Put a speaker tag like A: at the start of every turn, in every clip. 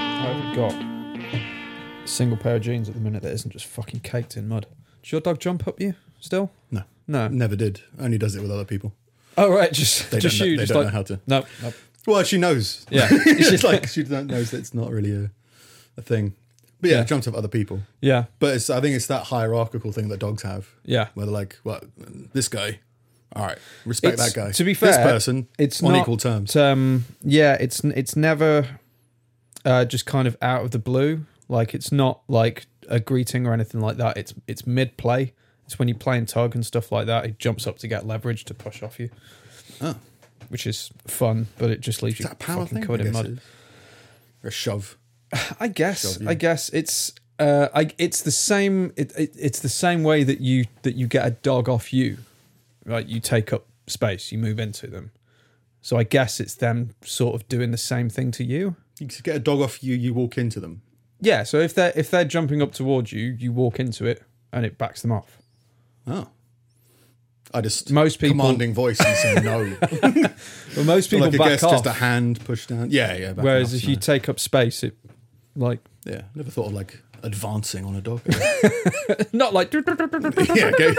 A: got single pair of jeans at the minute that isn't just fucking caked in mud. Does your dog jump up you still?
B: No.
A: No.
B: Uh, Never did. Only does it with other people.
A: Oh right, just
B: They
A: just
B: don't, know-
A: you.
B: they
A: just
B: don't
A: like,
B: know how to.
A: No, no.
B: Well, she knows.
A: Yeah.
B: it's like she don't knows that it's not really a, a thing. But yeah,
A: Yeah.
B: it jumps up other people.
A: Yeah.
B: But it's, I think it's that hierarchical thing that dogs have.
A: Yeah.
B: Where they're like, well, this guy, all right, respect
A: It's-
B: that guy.
A: to be fair,
B: this person,
A: it's
B: on
A: not-
B: equal terms.
A: Um, yeah, it's it's never uh, just kind of out of the blue. Like it's not like a greeting or anything like that. It's it's mid play. It's when you're playing tug and stuff like that. It jumps up to get leverage to push off you.
B: Oh.
A: Which is fun, but it just leaves
B: Is
A: you
B: that a power
A: fucking
B: thing? I
A: covered in
B: guess
A: mud.
B: it is. Or a shove.
A: I guess.
B: Shove you.
A: I guess it's. Uh, I, it's the same. It, it, it's the same way that you that you get a dog off you, right? You take up space. You move into them. So I guess it's them sort of doing the same thing to you.
B: You could get a dog off you, you walk into them.
A: Yeah. So if they're if they're jumping up towards you, you walk into it and it backs them off.
B: Oh. I just
A: Most people-
B: commanding voice and say no.
A: Well, most people
B: like I
A: back
B: guess
A: off.
B: just a hand pushed down. Yeah, yeah. back
A: whereas
B: off,
A: if you
B: no.
A: take up space, it like
B: yeah, never thought of like advancing on a dog.
A: not like
B: yeah, okay.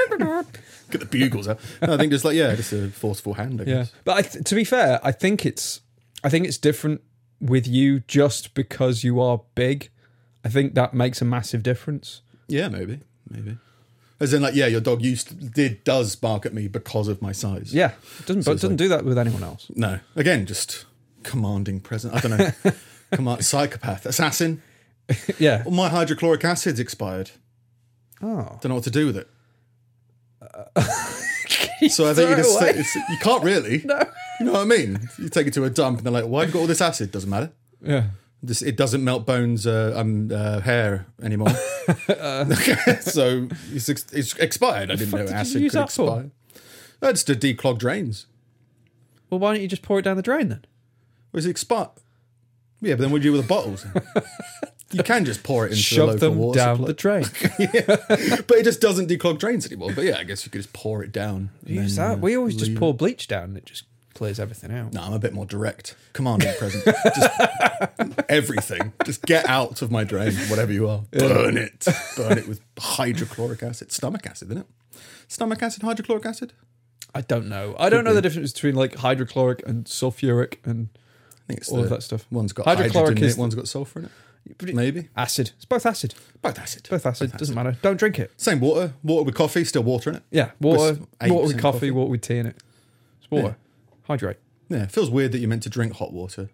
B: get the bugles out. No, I think just like yeah, just a forceful hand. I
A: Yeah,
B: guess.
A: but I th- to be fair, I think it's I think it's different with you just because you are big. I think that makes a massive difference.
B: Yeah, maybe, maybe. As in, like, yeah, your dog used to, did does bark at me because of my size.
A: Yeah, it doesn't but it
B: it's
A: doesn't do that with anyone else.
B: No, again, just commanding presence. I don't know. Command psychopath, assassin.
A: yeah.
B: Well, my hydrochloric acid's expired.
A: Oh,
B: Don't know what to do with it. so I think you
A: throw it
B: just
A: away?
B: it's, you can't really. No. You know what I mean? You take it to a dump and they're like, "Why have you got all this acid? Doesn't matter.
A: yeah.
B: This it doesn't melt bones, uh, um, uh, hair anymore." so it's ex- it's expired. I didn't
A: fuck
B: know
A: did you
B: acid
A: use
B: could
A: that for?
B: expire. That's to declog drains.
A: Well, why don't you just pour it down the drain then?
B: Was it expired? Yeah, but then what do you do with the bottles? you can just pour it into the
A: Shove
B: local
A: them
B: water
A: down
B: supply.
A: the drain.
B: but it just doesn't declog drains anymore. But yeah, I guess you could just pour it down. and
A: Use
B: then,
A: that.
B: uh,
A: We always just pour bleach down. and It just clears everything out.
B: No, I'm a bit more direct. Commanding present. Just everything. Just get out of my drain, whatever you are. Burn it. Burn it with hydrochloric acid. Stomach acid, isn't it? Stomach acid, hydrochloric acid?
A: I don't know. I don't know the difference between like hydrochloric and sulfuric and
B: I think it's
A: All
B: the-
A: of that stuff.
B: One's got
A: Hydrochloric
B: hydrogen in
A: is
B: it,
A: the-
B: one's got sulfur in it. Maybe.
A: acid. It's both acid.
B: Both acid.
A: Both acid. Doesn't matter. Don't drink it.
B: Same water. Water with coffee, still water in it.
A: Yeah, water,
B: With
A: water
B: 80%
A: with coffee,
B: coffee.
A: water with tea in it. It's water. Hydrate.
B: Yeah, it feels weird that you're meant to drink hot water.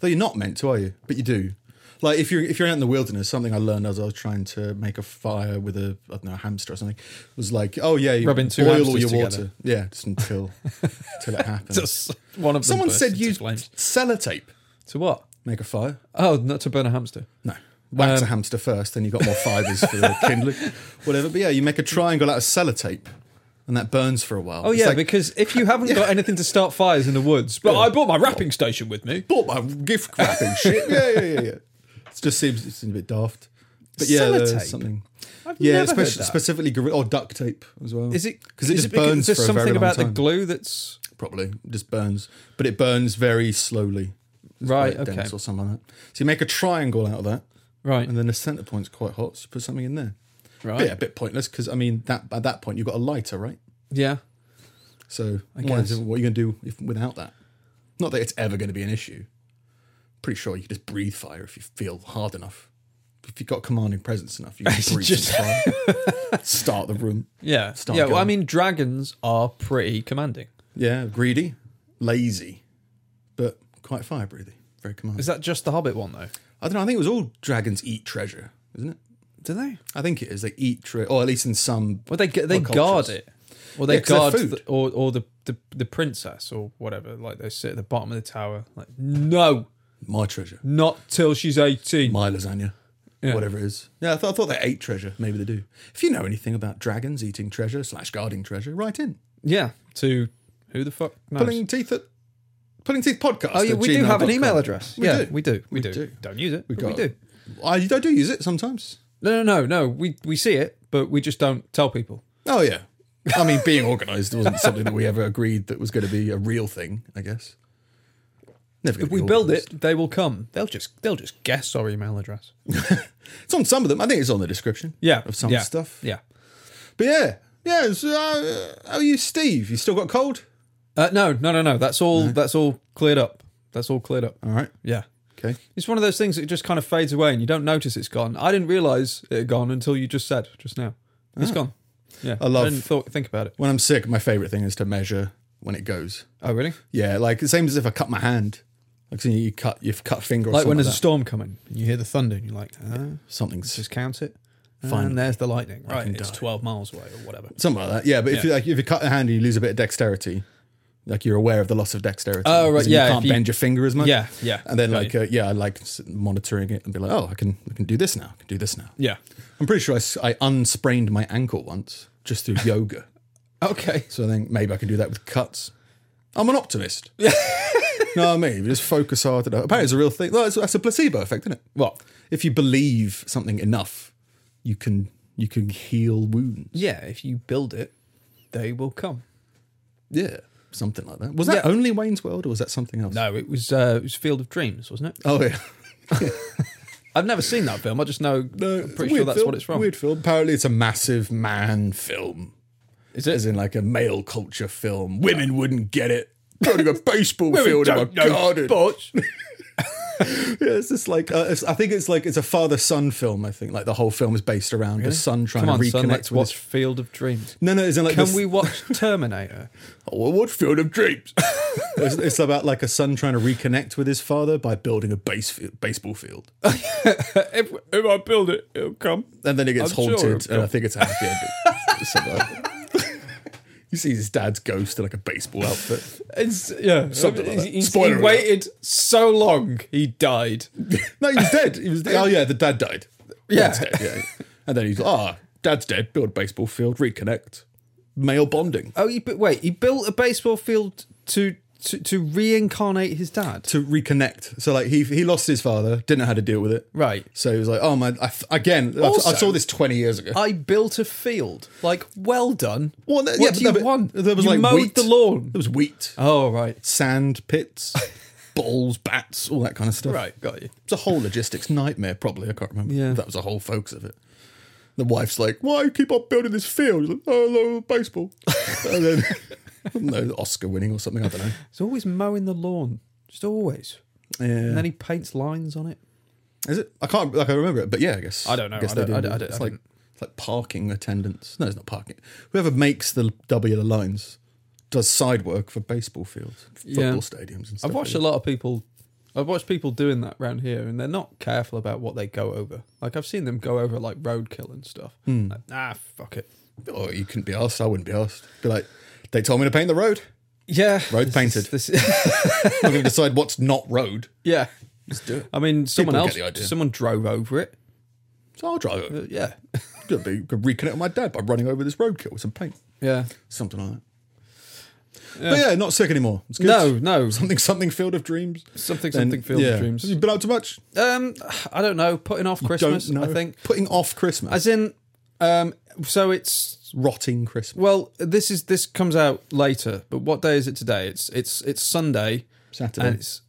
B: Though you're not meant to, are you? But you do. Like if you're if you're out in the wilderness, something I learned as I was trying to make a fire with a I don't know a hamster or something was like, oh yeah, you
A: Rubbing two
B: boil all your
A: hamsters
B: water,
A: together.
B: yeah, just until until it happens.
A: one of them
B: Someone
A: bursts
B: said
A: into
B: use
A: flames.
B: sellotape,
A: to what?
B: make a fire.
A: Oh, not to burn a hamster.
B: No, wax
A: Um,
B: a hamster first, then you got more fibers for the kindling, whatever. But yeah, you make a triangle out of sellotape, and that burns for a while.
A: Oh yeah, because if you haven't got anything to start fires in the woods, but I brought my wrapping station with me.
B: bought my gift wrapping shit. Yeah, yeah, yeah, yeah. It just seems it's a bit daft. But yeah,
A: Sellotape?
B: there's something.
A: I've
B: Yeah,
A: never
B: spec-
A: heard that.
B: specifically gorilla or duct tape as well.
A: Is it
B: because it
A: is
B: just
A: because
B: burns
A: There's
B: for a
A: something
B: very long
A: about
B: time.
A: the glue that's
B: Probably It just burns, but it burns very slowly. It's
A: Right,
B: quite
A: okay.
B: dense or something like that. So you make a triangle out of that,
A: right.
B: and then the center point's quite hot. So you put something in there.
A: Right.
B: But yeah, a bit pointless because I mean that at that point you've got a lighter, right?
A: yeah.
B: So
A: I
B: what, is
A: guess.
B: it, what are you going to do if, without that? Not that it's ever going to be an issue. Pretty sure you can just breathe fire if you feel hard enough. If you've got commanding presence enough, you can
A: It's
B: breathe
A: just-
B: some fire. Start the room.
A: Yeah.
B: Start
A: yeah. Well, I
B: going.
A: mean, dragons are pretty commanding.
B: Yeah, greedy, lazy, but quite fire breathing. Very commanding.
A: Is that just the Hobbit one though?
B: I don't know. I think it was all dragons eat treasure, isn't it?
A: Do they?
B: I think it is. They eat treasure, or at least in some.
A: Well, they g- they
B: Or cultures.
A: guard it, or they
B: Yeah, 'cause they're
A: guard,
B: food.
A: the, or or the, the the princess or whatever. Like they sit at the bottom of the tower, like no,
B: My treasure,
A: not till she's eighteen.
B: my lasagna, whatever it is. Yeah, I, thought I thought they ate treasure. Maybe they do. If you know anything about dragons eating treasure slash guarding treasure, write in.
A: yeah, to who the fuck knows?
B: pulling teeth at pulling teeth podcast.
A: oh yeah,
B: at
A: we do have an
B: gmail.com.
A: email address.
B: We
A: yeah,
B: do.
A: we do. We,
B: We
A: do.
B: do.
A: Don't use it. We, but we
B: got
A: do.
B: I, I do use it sometimes.
A: No, no, no, no. We we see it, but we just don't tell people.
B: Oh yeah, I mean being organised wasn't something that we ever agreed that was going to be a real thing. I guess Never gonna
A: If we
B: be
A: build
B: organised.
A: it, they will come. They'll just they'll just guess our email address.
B: It's on some of them. I think it's on the description.
A: Yeah,
B: of some
A: yeah,
B: stuff.
A: Yeah.
B: But yeah, yeah. So, uh, how are you, Steve? You still got cold?
A: Uh, no, no, no, no. That's all. That's all cleared up. That's all cleared up.
B: All right.
A: Yeah.
B: Okay.
A: It's one of those things that just kind of fades away and you don't notice it's gone. I didn't realize it had gone until you just said just now. It's gone. Yeah. I
B: Ah. love-
A: I didn't thought, think about it.
B: When I'm sick, my favorite thing is to measure when it goes.
A: Oh, really?
B: Yeah, like the same as if I cut my hand. Like so you cut, you've cut a finger. Or
A: Like when
B: something
A: there's a
B: like
A: storm coming and you hear the thunder and you're like, ah,
B: that. something's
A: just count it.
B: Fine.
A: And there's the lightning. Right.
B: can
A: It's
B: die.
A: 12 miles away or whatever.
B: something like that. Yeah, but if
A: Yeah.
B: you like if you cut a hand and you lose a bit of dexterity, like you're aware of the loss of dexterity.
A: Oh, right,
B: So you
A: yeah,
B: can't
A: if you-
B: bend your finger as much.
A: Yeah, yeah,
B: And then
A: got
B: like
A: you.
B: uh, yeah, I like s- monitoring it and be like, oh, I can I can do this now. I can do this now.
A: Yeah.
B: I'm pretty sure I, s- I unsprained my ankle once just through yoga.
A: Okay.
B: So I think maybe I can do that with cuts. I'm an optimist. Yeah. no, I mean, you just focus hard enough. Apparently, it's a real thing. No, it's- that's a placebo effect, isn't it?
A: What?
B: If you believe something enough, you can you can heal wounds.
A: Yeah. If you build it, they will come.
B: Yeah, something like that. Was that
A: Yeah.
B: only Wayne's World, or was that something else?
A: No, it was uh, it was Field of Dreams, wasn't it?
B: Oh yeah,
A: I've never seen that film. I just know.
B: no.
A: I'm pretty sure that's what it's from.
B: Weird film. Apparently, it's a massive man film.
A: Is
B: As in, like a male culture film. Women wouldn't get it. Building a baseball field in my
A: Don't know
B: garden.
A: sports.
B: Yeah, it's just like uh, it's, I think it's like it's a father son film. I think like the whole film is based around the son trying
A: Come on,
B: to reconnect
A: son. Let's
B: with
A: watch
B: his.
A: Field of Dreams.
B: No, no, it's in like
A: Can
B: this-
A: we watch Terminator?
B: Oh, what field of dreams? it's, it's about like a son trying to reconnect with his father by building a base field, baseball field,
A: if, if I build it, it'll come.
B: and then it gets
A: I'm sure
B: haunted,
A: it'll-
B: and I think it's a happy ending. Something like that. you see his dad's ghost in like a baseball outfit.
A: It's yeah.
B: Something like that.
A: He's-
B: Spoiler
A: he
B: alert.
A: waited so long, he died.
B: No, he was dead. He was. Oh yeah, the dad died.
A: Yeah.
B: Dad's dead, yeah. And then he's ah, dad's dead. Build a baseball field, reconnect, male bonding.
A: Oh, he, bu- wait. He built a baseball field to to, to reincarnate his dad.
B: to reconnect. So like he he lost his father, didn't know how to deal with it.
A: Right.
B: So he was like, oh my, I, again, I- I
A: Also-
B: saw this twenty years ago.
A: I built a field. Like, well done.
B: Well, th-
A: what
B: yeah, but
A: do
B: no,
A: you
B: but
A: want?
B: There was
A: you
B: like
A: mowed
B: wheat.
A: the lawn.
B: There was wheat,
A: Oh right,
B: sand pits, balls, bats, all that kind of stuff.
A: right, got you.
B: It's a whole logistics nightmare. Probably I can't remember.
A: Yeah.
B: if that was a whole focus of it. The wife's like, why keep on building this field? He's like, oh, no, baseball. and then, no, Oscar winning or something. I don't know.
A: He's always mowing the lawn. Just always.
B: Yeah.
A: And then he paints lines on it.
B: Is it? I can't like I remember it, but yeah, I guess
A: I don't know.
B: Guess
A: I
B: they
A: don't-
B: do
A: I
B: do
A: don't- I
B: it.
A: don't-
B: It's
A: I
B: like
A: don't-
B: it's like parking attendants. No, it's not parking. Whoever makes the W the lines does side work for baseball fields, football
A: Yeah.
B: stadiums, and stuff.
A: I've watched
B: like
A: a lot of people. I've watched people doing that round here, and they're not careful about what they go over. Like I've seen them go over like roadkill and stuff.
B: Hmm.
A: Like, ah, fuck it.
B: that. Oh, you couldn't be asked. I wouldn't be asked. Be like, they told me to paint the road.
A: Yeah,
B: Road
A: This
B: painted.
A: is- this is-
B: I'm going to decide what's not road.
A: yeah,
B: Just do it.
A: I mean, someone
B: People get
A: else,
B: the idea.
A: someone drove over it.
B: So I'll drive over.
A: But Uh, yeah,
B: Could be could reconnect with my dad by running over this roadkill with some paint,
A: yeah.
B: something like that. But yeah, not sick anymore. It's good.
A: No, no,
B: Something, something, field of dreams.
A: something,
B: Then,
A: something. Field
B: yeah.
A: of dreams.
B: You've been up to much.
A: Um, I don't know. Putting off Christmas.
B: Don't know.
A: I think,
B: putting off Christmas.
A: as in, um, so it's
B: rotting Christmas.
A: Well, this is this comes out later, but what day is it today? It's it's it's Sunday
B: Saturday.
A: and it's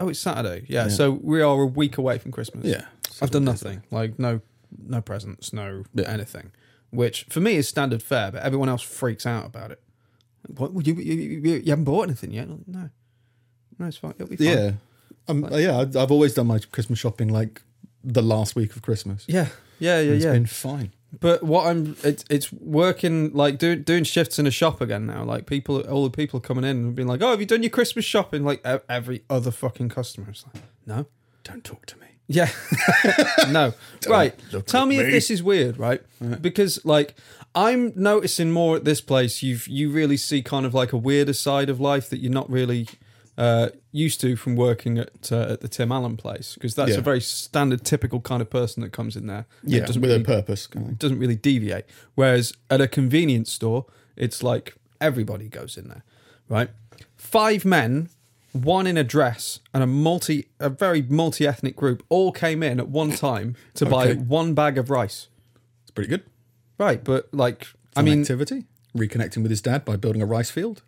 A: oh it's Saturday. Yeah, so we are a week away from Christmas.
B: yeah.
A: I've done nothing. Like no no presents, no
B: Yeah.
A: anything. Which for me is standard fare, but everyone else freaks out about it. Like, What you you, you, you haven't bought anything yet? No. No, it's fine. It'll be fine.
B: Yeah. Um, yeah, I've I've always done my Christmas shopping like the last week of Christmas.
A: Yeah. Yeah, yeah,
B: It's
A: yeah.
B: been fine.
A: But what I'm, it's it's working like doing doing shifts in a shop again now. Like people, all the people coming in and being like, "Oh, have you done your Christmas shopping?" Like e- every other fucking customer is like, "No,
B: Don't talk to me.
A: yeah, no, right."
B: look
A: Tell
B: at
A: me,
B: me. Uh-huh.
A: if this is weird, right? Because like I'm noticing more at this place. You've you really see kind of like a weirder side of life that you're not really uh, used to from working at uh, at the Tim Allen place because that's
B: Yeah.
A: a very standard, typical kind of person that comes in there. and
B: Yeah,
A: doesn't
B: with
A: really
B: a purpose. Kind of thing.
A: doesn't really deviate. Whereas at a convenience store, it's like everybody goes in there, right? Five men, one in a dress, and a multi, a very multi-ethnic group all came in at one time to buy
B: Okay.
A: one bag of rice,
B: It's pretty good.
A: right? But like, I
B: An
A: mean,
B: activity. Reconnecting with his dad by building a rice field.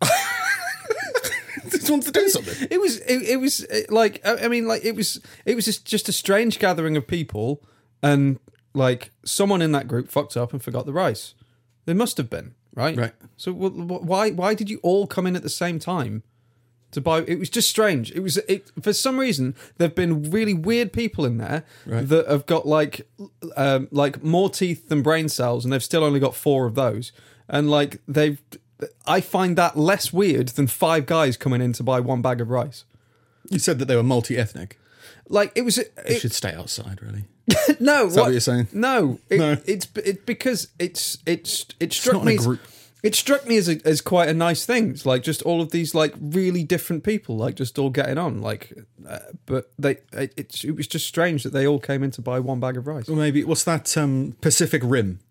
B: just wants to do something.
A: It was it, it was uh, like I I mean like it was it was just, just a strange gathering of people and like someone in that group fucked up and forgot the rice. They must have been right.
B: Right.
A: So wh- wh- why why did you all come in at the same time to buy? It was just strange. It was it for some reason there've been really weird people in there that have got like um, like more teeth than brain cells and they've still only got four of those and like they've. I find that less weird than five guys coming in to buy one bag of rice.
B: You said that they were multi-ethnic.
A: Like it was. It,
B: They should stay outside, really.
A: no,
B: that what you're saying?
A: No, it,
B: No.
A: it's it's because it's it's it struck
B: not in
A: me.
B: a
A: as-
B: group.
A: It struck me as a, as quite a nice thing. It's like just all of these like really different people, like just all getting on. Like, uh, but they it, it it was just strange that they all came in to buy one bag of rice.
B: Well, maybe what's that um, Pacific Rim?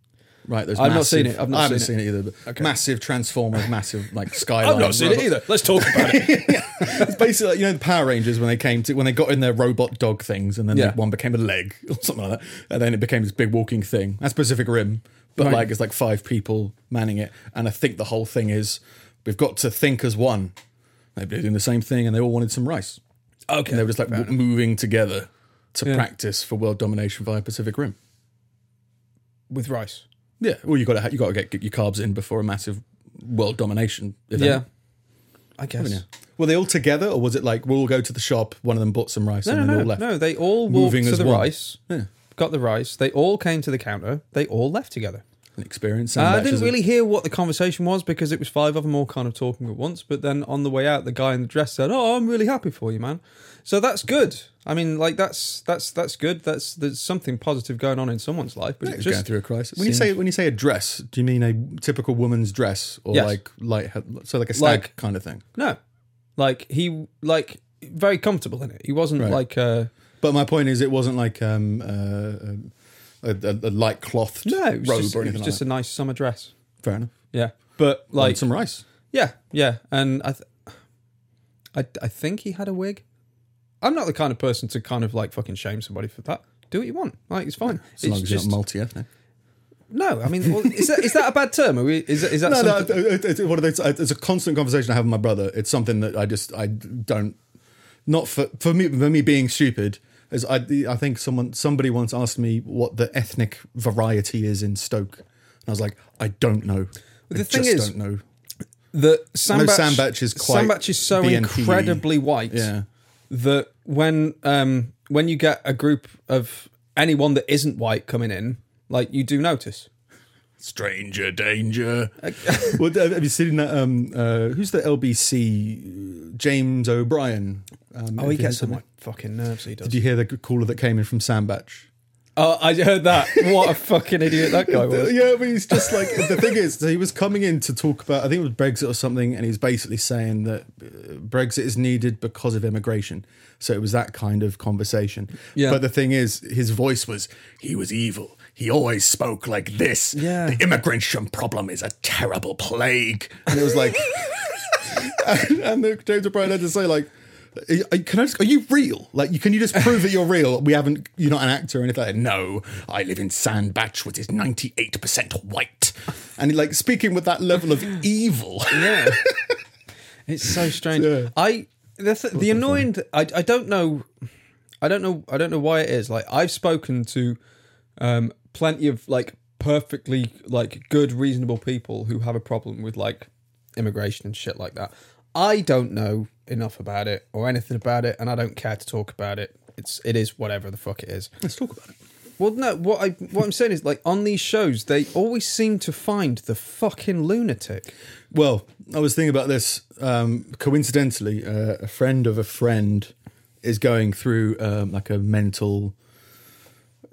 B: Right, there's
A: I've not
B: massive-
A: seen it, I've not
B: I haven't
A: seen
B: seen it, either. But Massive Transformers, massive like skyline. robot.
A: Let's talk about it.
B: It's basically like, you know the Power Rangers when they came to when they got in their robot dog things, and then
A: Yeah.
B: the one became a leg or something like that, and then it became this big walking thing. That's Pacific Rim, but
A: Right.
B: like it's like five people manning it, and I think the whole thing is we've got to think as one. They're doing the same thing, and they all wanted some rice.
A: Okay,
B: And they were just like w- moving together to
A: Yeah.
B: practice for world domination via Pacific Rim.
A: with rice.
B: Yeah, well, you got to you got to get, get your carbs in before a massive world domination event.
A: Yeah, I guess.
B: Were they all together, or was it like we'll all go to the shop? One of them bought some rice,
A: No,
B: and then
A: no,
B: they all
A: no,
B: left.
A: no. They all walked
B: Moving
A: to
B: as
A: the
B: one.
A: rice,
B: Yeah.
A: got the rice. They all came to the counter. They all left together.
B: An experience.
A: Uh,
B: and
A: I
B: matches
A: didn't
B: of-
A: really hear what the conversation was because it was five of them all kind of talking at once. But then on the way out, the guy in the dress said, "Oh, I'm really happy for you, man." So that's good. I mean, like that's that's that's good. That's there's something positive going on in someone's life. But
B: It
A: it
B: was
A: just
B: going through a crisis. When you say when you say a dress, do you mean a typical woman's dress, or
A: Yes.
B: like light, so like a stag
A: Like-
B: kind of thing?
A: no, like he like very comfortable in it. He wasn't like uh
B: But my point is, it wasn't like um, uh, um, a, a, a light cloth
A: no, it
B: robe
A: was just,
B: or
A: it was
B: anything
A: just
B: like
A: a nice summer dress.
B: that. Fair enough.
A: Yeah, but like
B: Like some rice.
A: Yeah, yeah, and I, th- I, I think he had a wig. I'm not the kind of person to kind of like fucking shame somebody for that. Do what you want, like it's fine.
B: As long
A: it's
B: as
A: just
B: you're not multi ethnic.
A: no. I mean, well, is that is that a bad term? Are we, is that, is that
B: No, no,
A: something?
B: it- it- it's one of those. It's a constant conversation I have with my brother. It's something that I just I don't. Not for for me for me being stupid is I I think someone somebody once asked me what the ethnic variety is in Stoke, and I was like I don't know.
A: The
B: I
A: thing
B: just
A: is-
B: don't know.
A: that Sambach,
B: Sandbach is quite
A: Sandbach is so
B: BNP.
A: incredibly white
B: Yeah.
A: that when um when you get a group of anyone that isn't white coming in, like you do notice.
B: Stranger danger. well, have you seen that? Um, uh, who's the LBC? James O'Brien. Um,
A: Oh, he gets on my fucking nerves. He does.
B: Did you hear the caller that came in from Sandbach?
A: Oh, I heard that. What a fucking idiot that guy was.
B: Yeah, but he's just like the thing is so he was coming in to talk about I think it was Brexit or something, and he's basically saying that uh, Brexit is needed because of immigration. So it was that kind of conversation.
A: Yeah.
B: But the thing is, his voice was he was evil. He always spoke like this.
A: Yeah.
B: The immigration problem is a terrible plague. And it was like, and, and the, James O'Brien had to say like. "Are- are- Can I just, are you real? Like, you, can you just prove that you're real? We haven't. You're not an actor or anything. Like, that." no, I live in Sandbach, which is 98 percent white. And like speaking with that level of evil.
A: Yeah. it's so strange.
B: Yeah.
A: I the, th- the annoying th- I I don't know I don't know I don't know why it is. Like I've spoken to um plenty of like perfectly like good reasonable people who have a problem with like immigration and shit like that. I don't know enough about it or anything about it and I don't care to talk about it. It's it is whatever the fuck it is.
B: Let's talk about it.
A: Well, no. What I what I'm saying is, like, on these shows, they always seem to find the fucking lunatic.
B: Well, I was thinking about this. Um, coincidentally, uh, a friend of a friend is going through um, like a mental,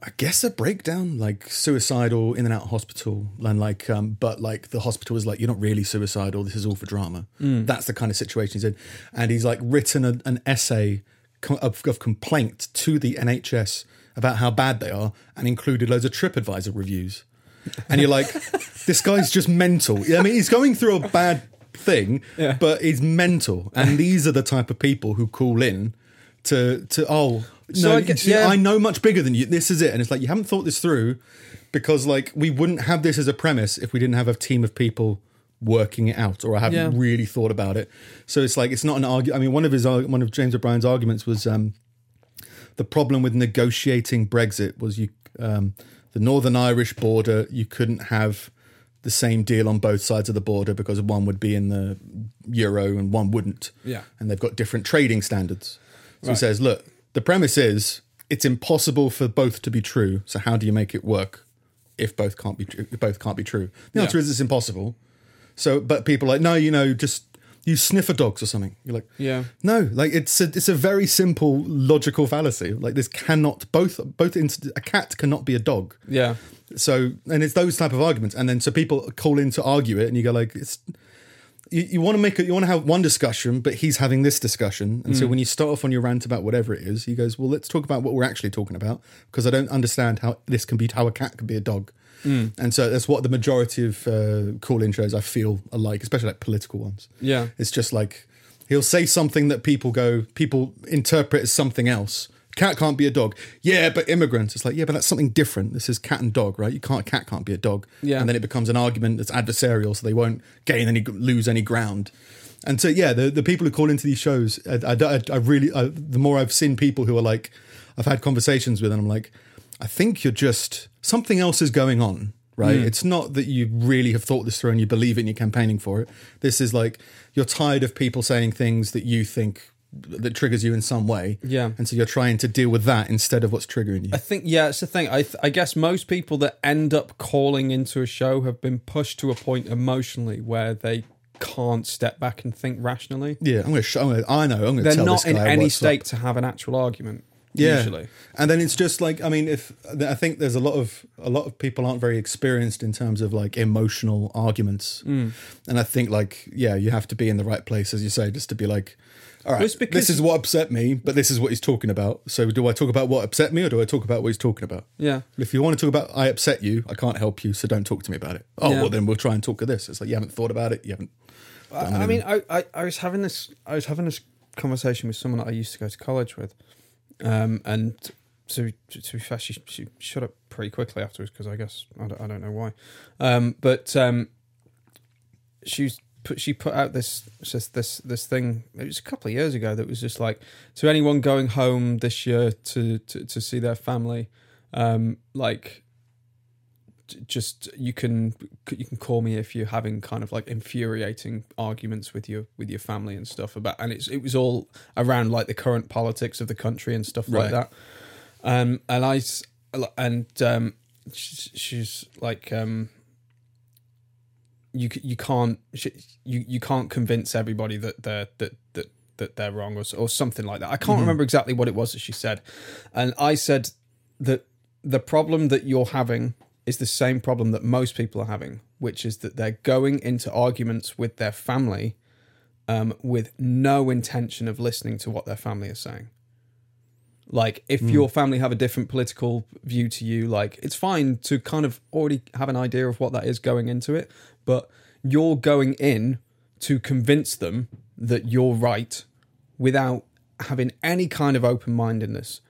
B: I guess, a breakdown, like suicidal, in and out hospital, and like, um, but like the hospital is like, you're not really suicidal. This is all for drama.
A: Mm.
B: That's the kind of situation he's in, and he's like written a, an essay co- of, of complaint to the NHS about how bad they are, and included loads of TripAdvisor reviews and you're like, this guy's just mental. I mean, he's going through a bad thing, but he's mental. And these are the type of people who call in to to oh. No,
A: So I
B: I,
A: get- yeah.
B: I know much bigger than you. This is it, and it's like you haven't thought this through, because like we wouldn't have this as a premise if we didn't have a team of people working it out or I haven't
A: Yeah.
B: really thought about it. So it's like it's not an argument. I mean, one of his arg- one of James O'Brien's arguments was um, the problem with negotiating Brexit was you um, the Northern Irish border you couldn't have the same deal on both sides of the border because one would be in the euro and one wouldn't.
A: Yeah.
B: and they've got different trading standards. So he says, look, the premise is it's impossible for both to be true. So how do you make it work if both can't be tr- if both can't be true? The answer is it's impossible. So, but people are like, no, you know, just use sniffer dogs or something. You're like,
A: Yeah.
B: no, like it's a, it's a very simple logical fallacy. Like this cannot both both inst- a cat cannot be a dog.
A: Yeah.
B: So, and it's those type of arguments, and then so people call in to argue it, and you go like, it's you, you want to make it, you want to have one discussion, but he's having this discussion, and so when you start off on your rant about whatever it is, he goes, well, let's talk about what we're actually talking about because I don't understand how this can be how a cat can be a dog, and so that's what the majority of uh, call-in shows I feel are like, especially like political ones.
A: Yeah.
B: It's just like he'll say something that people go, people interpret as something else. Cat can't be a dog. Yeah, but immigrants. It's like, yeah, but that's something different. This is cat and dog, right? You can't, cat can't be a dog.
A: Yeah.
B: And then it becomes an argument that's adversarial, so they won't gain any, lose any ground. And so, yeah, the, the people who call into these shows, I, I, don't- I really, I, the more I've seen people who are like, I've had conversations with, and I'm like, I think you're just, something else is going on, right?
A: Hmm.
B: It's not that you really have thought this through and you believe it and you're campaigning for it. This is like, you're tired of people saying things that you think that triggers you in some way.
A: Yeah.
B: And so you're trying to deal with that instead of what's triggering you.
A: I think yeah, it's the thing. I th- I guess most people that end up calling into a show have been pushed to a point emotionally where they can't step back and think rationally.
B: Yeah, I'm gonna show. I'm gonna, I know. I'm gonna
A: They're
B: tell
A: not
B: this
A: in
B: guy
A: any
B: what's up.
A: state to have an actual argument. Usually,
B: and then it's just like I mean, if I think there's a lot of a lot of people aren't very experienced in terms of like emotional arguments,
A: Mm.
B: and I think like yeah, you have to be in the right place as you say, just to be like, all right,
A: It's because-
B: this is what upset me, but this is what he's talking about. So do I talk about what upset me, or do I talk about what he's talking about?
A: yeah.
B: If you want to talk about I upset you, I can't help you, so don't talk to me about it. Oh
A: Yeah.
B: well, then we'll try and talk of this. It's like you haven't thought about it, you haven't.
A: I, I mean, I, I, I was having this I was having this conversation with someone that I used to go to college with, um, and to to be fair, she, she shut up pretty quickly afterwards because I guess I don't, I don't know why, um, but um, she's put she put out this this this this thing. It was a couple of years ago that was just like to anyone going home this year to to, to see their family, um, like j- just you can you can call me if you're having kind of like infuriating arguments with your with your family and stuff about and it's it was all around like the current politics of the country and stuff like
B: Right.
A: that um and i s- and um she's, she's like um you c- you can't sh- you you can't convince everybody that they're that that that they're wrong or s- or something like that. I can't remember exactly what it was that she said, and I said that the problem that you're having is the same problem that most people are having, which is that they're going into arguments with their family um, with no intention of listening to what their family is saying. Like, if
B: Mm.
A: your family have a different political view to you, like, it's fine to kind of already have an idea of what that is going into it, but you're going in to convince them that you're right without having any kind of open mindedness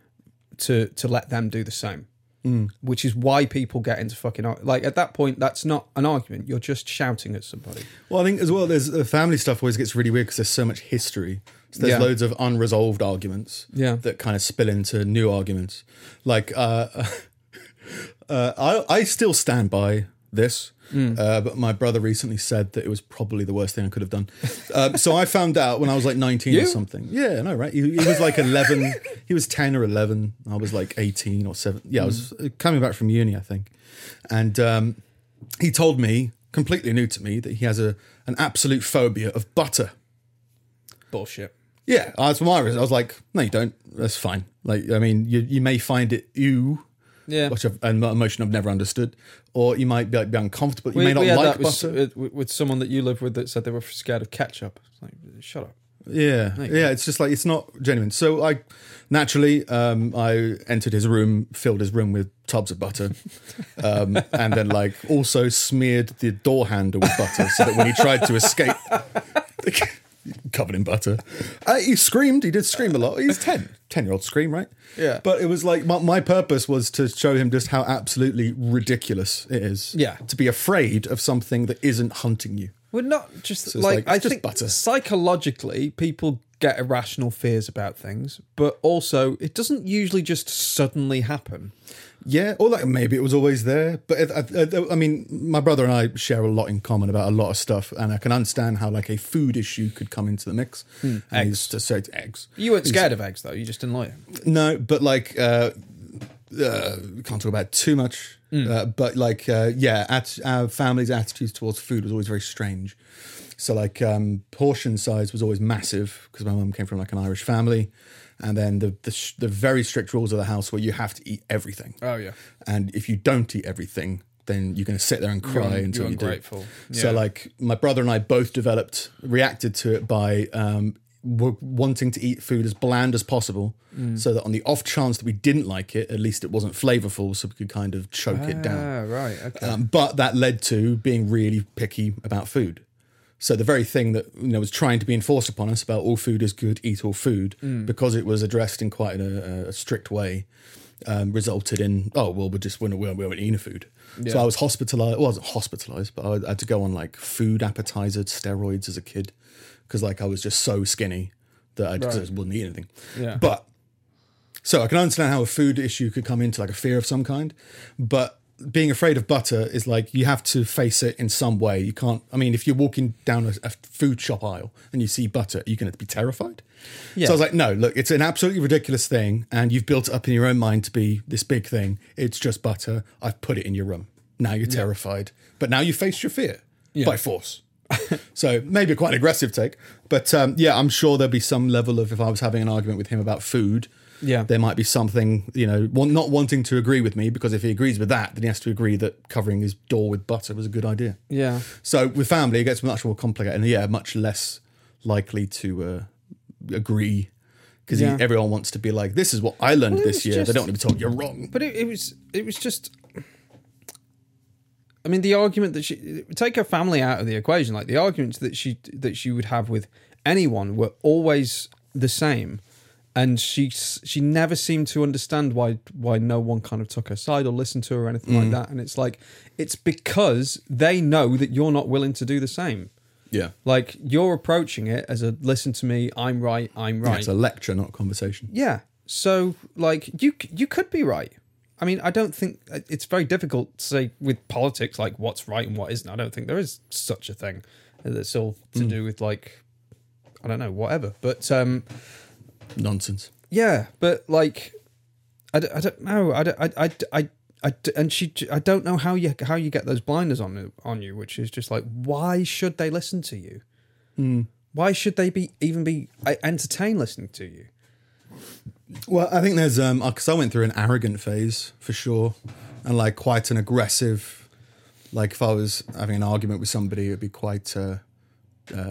A: to to let them do the same.
B: Mm.
A: Which is why people get into fucking ar- like at that point. That's not an argument. You're just shouting at somebody.
B: Well, I think as well, there's the family stuff always gets really weird because there's so much history. So there's
A: Yeah.
B: loads of unresolved arguments
A: Yeah.
B: that kind of spill into new arguments. Like, uh, uh, I, I still stand by this, uh, but my brother recently said that it was probably the worst thing I could have done. Um, so I found out when I was like 19 or something. Yeah, no, right? He, he was like 11, he was 10 or 11. I was like 18 or 7. Yeah, I was uh, coming back from uni, I think. And um, he told me, completely new to me, that he has a an absolute phobia of butter.
A: Bullshit.
B: Yeah, uh, that's my reason. I was like, no, you don't. That's fine. Like, I mean, you you may find it ew,
A: Yeah.
B: which I've, an emotion I've never understood, or you might be, like, be uncomfortable. You
A: We,
B: may not
A: we had
B: like
A: that with,
B: butter.
A: with, with someone that you live with that said they were scared of ketchup. It's like, shut up.
B: Yeah, yeah. It's just like it's not genuine. So I naturally um, I entered his room, filled his room with tubs of butter, um, and then like also smeared the door handle with butter so that when he tried to escape, covered in butter, uh, he screamed. He did scream a lot. He's 10, 10 year old scream, right?
A: Yeah.
B: But it was like my, my purpose was to show him just how absolutely ridiculous it is.
A: Yeah.
B: To be afraid of something that isn't hunting you.
A: We're not just
B: So it's
A: like,
B: like, it's
A: I
B: just
A: think
B: butter.
A: psychologically people get irrational fears about things, but also it doesn't usually just suddenly happen.
B: Yeah, or like maybe it was always there. But if, I, I, I mean, my brother and I share a lot in common about a lot of stuff, and I can understand how like a food issue could come into the mix. And he's to say eggs.
A: You weren't scared of eggs though; you just didn't like them.
B: No, but like, uh, uh, can't talk about it too much. Uh, but like, uh, yeah, at, our family's attitudes towards food was always very strange. So like, um, portion size was always massive because my mum came from like an Irish family, and then the the, sh- the very strict rules of the house where you have to eat everything.
A: Oh yeah,
B: and if you don't eat everything, then you're going to sit there and cry
A: un-
B: until
A: you're
B: you do.
A: ungrateful.
B: So,
A: Yeah.
B: like, my brother and I both developed, reacted to it by um, w- wanting to eat food as bland as possible,
A: Mm.
B: so that on the off chance that we didn't like it, at least it wasn't flavorful, so we could kind of choke it down.
A: Ah, right. Okay.
B: Um, but that led to being really picky about food. So the very thing that you know was trying to be enforced upon us about all food is good, eat all food, because it was addressed in quite a, a strict way, um, resulted in oh well we're just we're not, we won't- we won't eat any food. So I was hospitalized. Well, I wasn't hospitalized, but I had to go on like food appetizer steroids as a kid because like I was just so skinny that I just wouldn't eat anything.
A: Yeah.
B: But so I can understand how a food issue could come into like a fear of some kind, but being afraid of butter is like you have to face it in some way. You can't. I mean, if you're walking down a, a food shop aisle and you see butter, you're going to be terrified. So I was like, no, look, it's an absolutely ridiculous thing, and you've built it up in your own mind to be this big thing. It's just butter. I've put it in your room. Now you're terrified, but now you face your fear by force. So maybe quite an aggressive take, but um, yeah, I'm sure there'd be some level of if I was having an argument with him about food,
A: Yeah.
B: there might be something you know want, not wanting to agree with me because if he agrees with that, then he has to agree that covering his door with butter was a good idea.
A: yeah.
B: So with family, it gets much more complicated, and yeah, much less likely to uh, agree because
A: Yeah.
B: everyone wants to be like, "This is what I learned
A: it
B: this
A: was
B: year." They
A: just-
B: don't want to be told you're wrong.
A: But it, it was it was just. I mean, the argument that she take her family out of the equation, like the arguments that she that she would have with anyone were always the same, and she s- she never seemed to understand why why no one kind of took her side or listened to her or anything
B: Mm.
A: like that. And it's like it's because they know that you're not willing to do the same.
B: Yeah,
A: Like you're approaching it as a listen to me, I'm right, I'm right.
B: it's a lecture, not a conversation.
A: Yeah. So like you c- you could be right. I mean, I don't think uh, it's very difficult to say with politics like what's right and what isn't. I don't think there is such a thing. That's all to do with like I don't know, whatever. But um
B: Nonsense.
A: yeah, but like I, d- I don't know. I, d- I, I, I, I d- and she j- I don't know how you how you get those blinders on on you, which is just like why should they listen to you? Hmm. Why should they be even be uh, entertained listening to you?
B: Well, I think there's um because I went through an arrogant phase for sure, and like quite an aggressive. Like if I was having an argument with somebody, it'd be quite, uh, uh,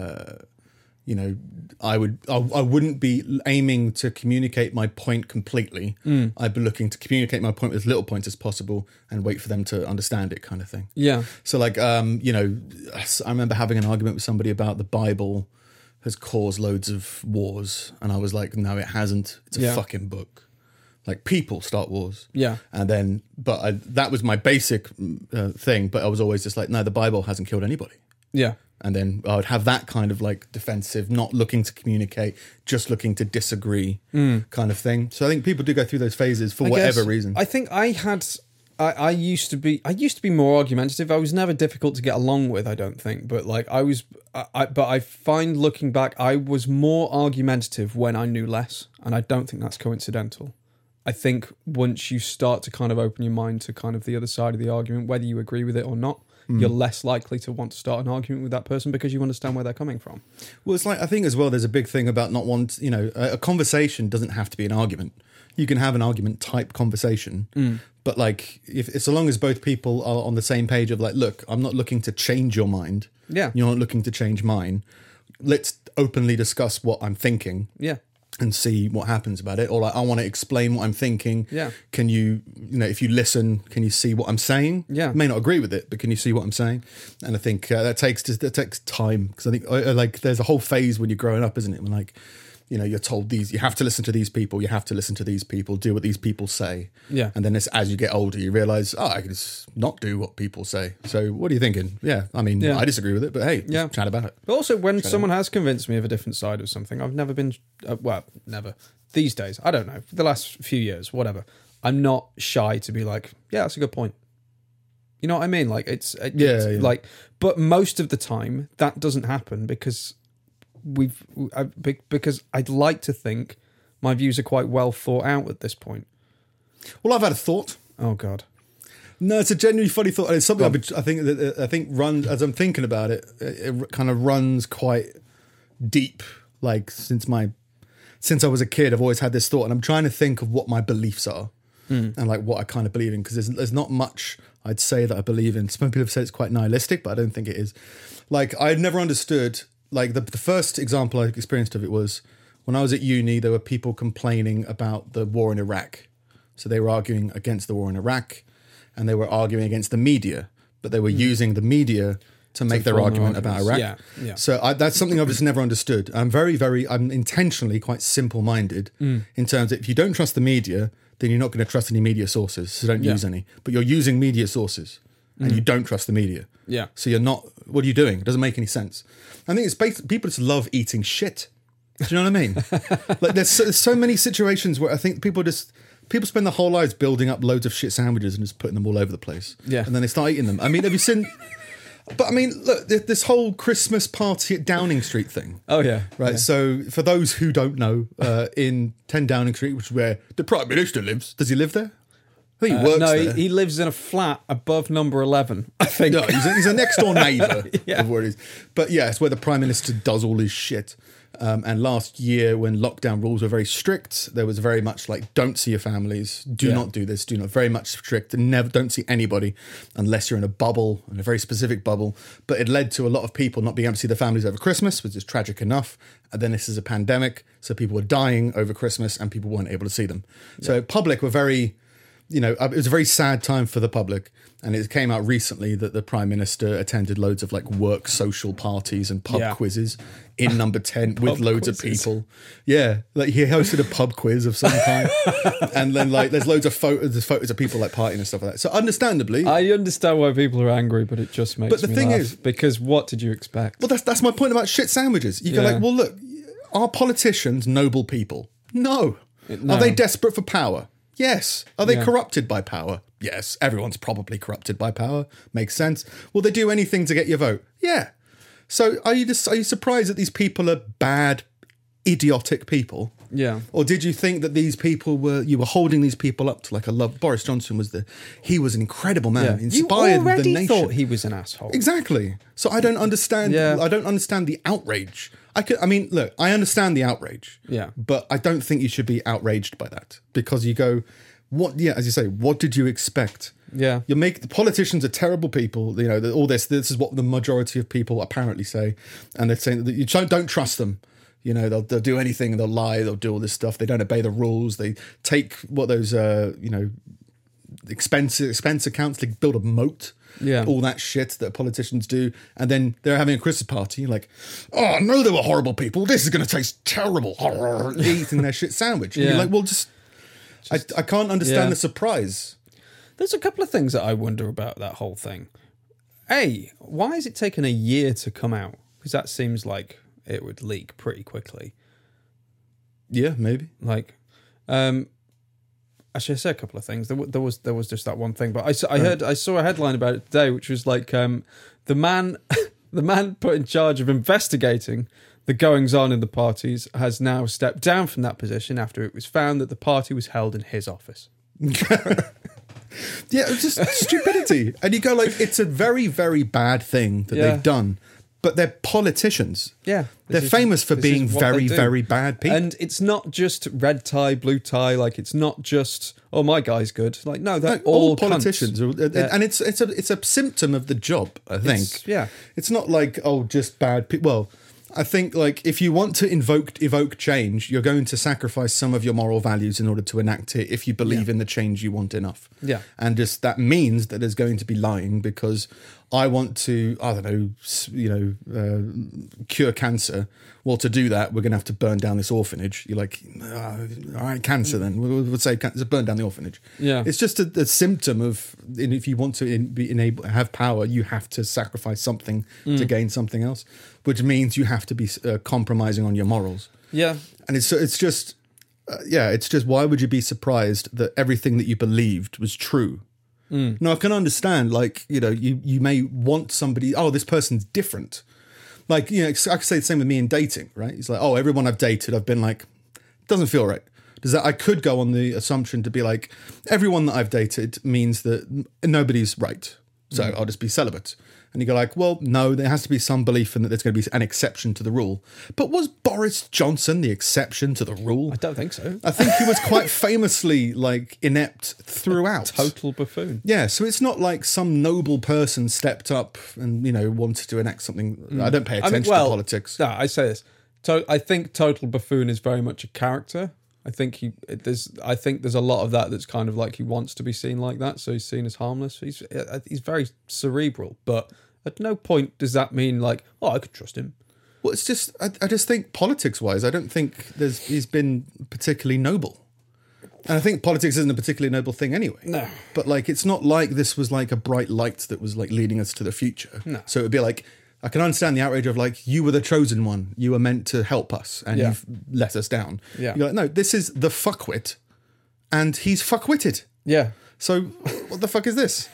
B: you know, I would I, I wouldn't be aiming to communicate my point completely. I'd be looking to communicate my point with as little points as possible and wait for them to understand it, kind of thing.
A: Yeah,
B: So, like, um, you know, I remember having an argument with somebody about the Bible has caused loads of wars, and I was like, no, it hasn't. It's a
A: Yeah.
B: fucking book. Like, people start wars.
A: Yeah.
B: And then, but I, that was my basic mm, uh, thing. But I was always just like, no, the Bible hasn't killed anybody.
A: yeah.
B: And then I would have that kind of like defensive, not looking to communicate, just looking to disagree kind of thing. So I think people do go through those phases for whatever
A: guess-
B: reason.
A: Mm. I think I had. I, I used to be. I used to be more argumentative. I was never difficult to get along with. I don't think, but like I was. I, I but I find looking back, I was more argumentative when I knew less, and I don't think that's coincidental. I think once you start to kind of open your mind to kind of the other side of the argument, whether you agree with it or not,
B: Hmm.
A: you're less likely to want to start an argument with that person because you understand where they're coming from.
B: Well, it's like I think as well. There's a big thing about not want. You know, a, a conversation doesn't have to be an argument. You can have an argument type conversation, but like if so long as both people are on the same page of like, look, I'm not looking to change your mind.
A: Yeah.
B: you're not looking to change mine. Let's openly discuss what I'm thinking
A: Yeah.
B: and see what happens about it. Or like, I want to explain what I'm thinking.
A: Yeah.
B: Can you, you know, if you listen, can you see what I'm saying?
A: Yeah.
B: May not agree with it, but can you see what I'm saying? And I think uh, that takes just that takes time because I think uh, uh, like there's a whole phase when you're growing up, isn't it? When like you know, you're told these, you have to listen to these people, you have to listen to these people, do what these people say.
A: Yeah.
B: And then it's, as you get older, you realize, oh, I can just not do what people say. So what are you thinking? Yeah. I mean,
A: Yeah.
B: I disagree with it, but hey, yeah.
A: Yeah.
B: chat about it.
A: But also, when someone has convinced me of a different side of something, I've never been, uh, well, never. These days, I don't know, for the last few years, whatever, I'm not shy to be like, yeah, that's a good point. You know what I mean? Like, it's, it-
B: Yeah,
A: it's
B: yeah.
A: like, but most of the time, that doesn't happen because we've, I, be- because I'd like to think my views are quite well thought out at this point.
B: Well, I've had a thought.
A: Oh, God.
B: No, it's a genuinely funny thought. and It's something I've been, I think that uh, I think runs as I'm thinking about it. It, it kind of runs quite deep. Like since my since I was a kid, I've always had this thought, and I'm trying to think of what my beliefs are
A: Hmm.
B: and like what I kind of believe in because there's there's not much I'd say that I believe in. Some people have said it's quite nihilistic, but I don't think it is. Like I've never understood. Like the the first example I experienced of it was when I was at uni. There were people complaining about the war in Iraq, so they were arguing against the war in Iraq, and they were arguing against the media, but they were using the media to make their
A: Hmm. form their
B: argument about Iraq.
A: arguments. Yeah, yeah.
B: So I, that's something I've just never understood. I'm very, very, I'm intentionally quite simple minded
A: Mm.
B: in terms of if you don't trust the media, then you're not going to trust any media sources. So don't use any. But you're using media sources and you don't trust the media.
A: Mm. Yeah.
B: So you're not, what are you doing? It doesn't make any sense. I think it's basically, people just love eating shit. Do you know what I mean? like there's so, there's so many situations where I think people just, people spend their whole lives building up loads of shit sandwiches and just putting them all over the place.
A: Yeah.
B: And then they start eating them. I mean, have you seen, but I mean, look, th- this whole Christmas party at Downing Street thing.
A: Oh, yeah.
B: Right, so for those who don't know, uh, in 10 Downing Street, which is where the Prime Minister lives, does he live there? I think he works
A: Uh, No, he,
B: there.
A: he lives in a flat above number 11, I think.
B: No, he's a, he's a next door neighbour
A: Yeah.
B: of where it is. But yeah, it's where the prime minister does all his shit. Um, and last year, when lockdown rules were very strict, there was very much like don't see your families, do
A: Yeah.
B: not do this, do not very much strict, and never don't see anybody unless you're in a bubble, in a very specific bubble. But it led to a lot of people not being able to see their families over Christmas, which is tragic enough. And then this is a pandemic, so people were dying over Christmas, and people weren't able to see them. So public were very you know, uh, it was a very sad time for the public. And it came out recently that the prime minister attended loads of like work social parties and pub
A: Yeah.
B: quizzes in number 10 with
A: Pub
B: loads
A: quizzes.
B: of people. Yeah. Like he hosted a pub quiz of some kind. and then like there's loads of photos, there's photos of people like partying and stuff like that. So understandably,
A: I understand why people are angry, but it just makes.
B: But the
A: me
B: thing
A: laugh,
B: is-
A: because what did you expect?
B: Well, that's that's my point about shit sandwiches. You go
A: Yeah.
B: like, well, look, are politicians noble people? No.
A: no.
B: Are they desperate for power? Yes. Are they
A: Yeah.
B: corrupted by power? Yes. Everyone's probably corrupted by power. Makes sense. Will they do anything to get your vote? Yeah. So are you just are you surprised that these people are bad, idiotic people?
A: Yeah,
B: Or did you think that these people were you were holding these people up to like a love? Boris Johnson was the he was an incredible man,
A: you
B: inspired the
A: already
B: nation.
A: thought he was an asshole.
B: Exactly. So I don't understand.
A: Yeah.
B: I don't understand the outrage. I could. I mean, look, I understand the outrage.
A: Yeah.
B: But I don't think you should be outraged by that because you go, what? Yeah, as you say, what did you expect?
A: Yeah.
B: You make the politicians are terrible people. You know, the- all this. This is what the majority of people apparently say, and they're saying that you don't, don't trust them. You know, they'll, they'll do anything. They'll lie. They'll do all this stuff. They don't obey the rules. They take what those, uh, you know, expense expense accounts to build a moat.
A: Yeah.
B: All that shit that politicians do. And then they're having a Christmas party. You're like, oh, I know they were horrible people. This is going to taste terrible. Eating their shit sandwich. And
A: Yeah.
B: you're like, well, just, I, I can't understand
A: yeah.
B: the surprise.
A: There's a couple of things that I wonder about that whole thing. A, why has it taken a year to come out? Because that seems like it would leak pretty quickly.
B: Yeah, maybe.
A: Like, um, actually, I say a couple of things. There, wa- there was there was just that one thing, but I, s- I heard I saw a headline about it today, which was like um, the man the man put in charge of investigating the goings on in the parties has now stepped down from that position after it was found that the party was held in his office.
B: Yeah, it's just stupidity. And you go like, it's a very, very bad thing that
A: Yeah.
B: they've done. But they're politicians.
A: Yeah,
B: They're
A: this is-
B: famous for
A: this is
B: being
A: what they
B: very,
A: do.
B: very bad people.
A: And it's not just red tie, blue tie. Like it's not just oh my guy's good. Like no, they're all,
B: all, politicians, are, and-
A: Yeah.
B: and it's it's a it's a symptom of the job. I think.
A: It's- yeah.
B: it's not like oh, just bad people. Well, I think like if you want to invoke evoke change, you're going to sacrifice some of your moral values in order to enact it if you believe in the change you want enough.
A: Yeah.
B: And just that means that there's going to be lying because I want to I don't know, s- you know, uh, cure cancer. Well, to do that, we're going to have to burn down this orphanage. You're like, "Ah, all right, cancer then. We'll, we'll say cancer, burn down the orphanage.
A: Yeah.
B: It's just a, a symptom of and if you want to in, be enable have power, you have to sacrifice something to gain something else, which means you have to be uh, compromising on your morals.
A: Yeah.
B: And it's it's just uh, yeah, it's just why would you be surprised that everything that you believed was true? No, I can understand. Like you know, you you may want somebody. Oh, this person's different. Like you know, I could say the same with me in dating. Right? It's like oh, everyone I've dated, I've been like, doesn't feel right. Does that I could go on the assumption to be like everyone that I've dated means that n- nobody's right. So I'll just be celibate. And you go like, well, no, there has to be some belief in that there's going to be an exception to the rule. But was Boris Johnson the exception to the rule?
A: I don't think so.
B: I think he was quite famously like inept throughout.
A: Total buffoon.
B: Yeah, so it's not like some noble person stepped up and you know wanted to enact something. I don't pay
A: Mm. I
B: attention
A: mean, well,
B: to politics.
A: No, I say this. To- I think total buffoon is very much a character. I think he there's. I think there's a lot of that that's kind of like he wants to be seen like that, so he's seen as harmless. He's uh, he's very cerebral, but at no point does that mean like, oh, I could trust him.
B: Well, it's just I, I just think politics-wise, I don't think there's he's been particularly noble, and I think politics isn't a particularly noble thing anyway.
A: No.
B: but like it's not like this was like a bright light that was like leading us to the future. No, so it would be like. I can understand the outrage of like you were the chosen one, you were meant to help us, and
A: Yeah.
B: you've let us down.
A: Yeah.
B: You're like, no, this is the fuckwit, and he's fuckwitted.
A: Yeah,
B: So what the fuck is this?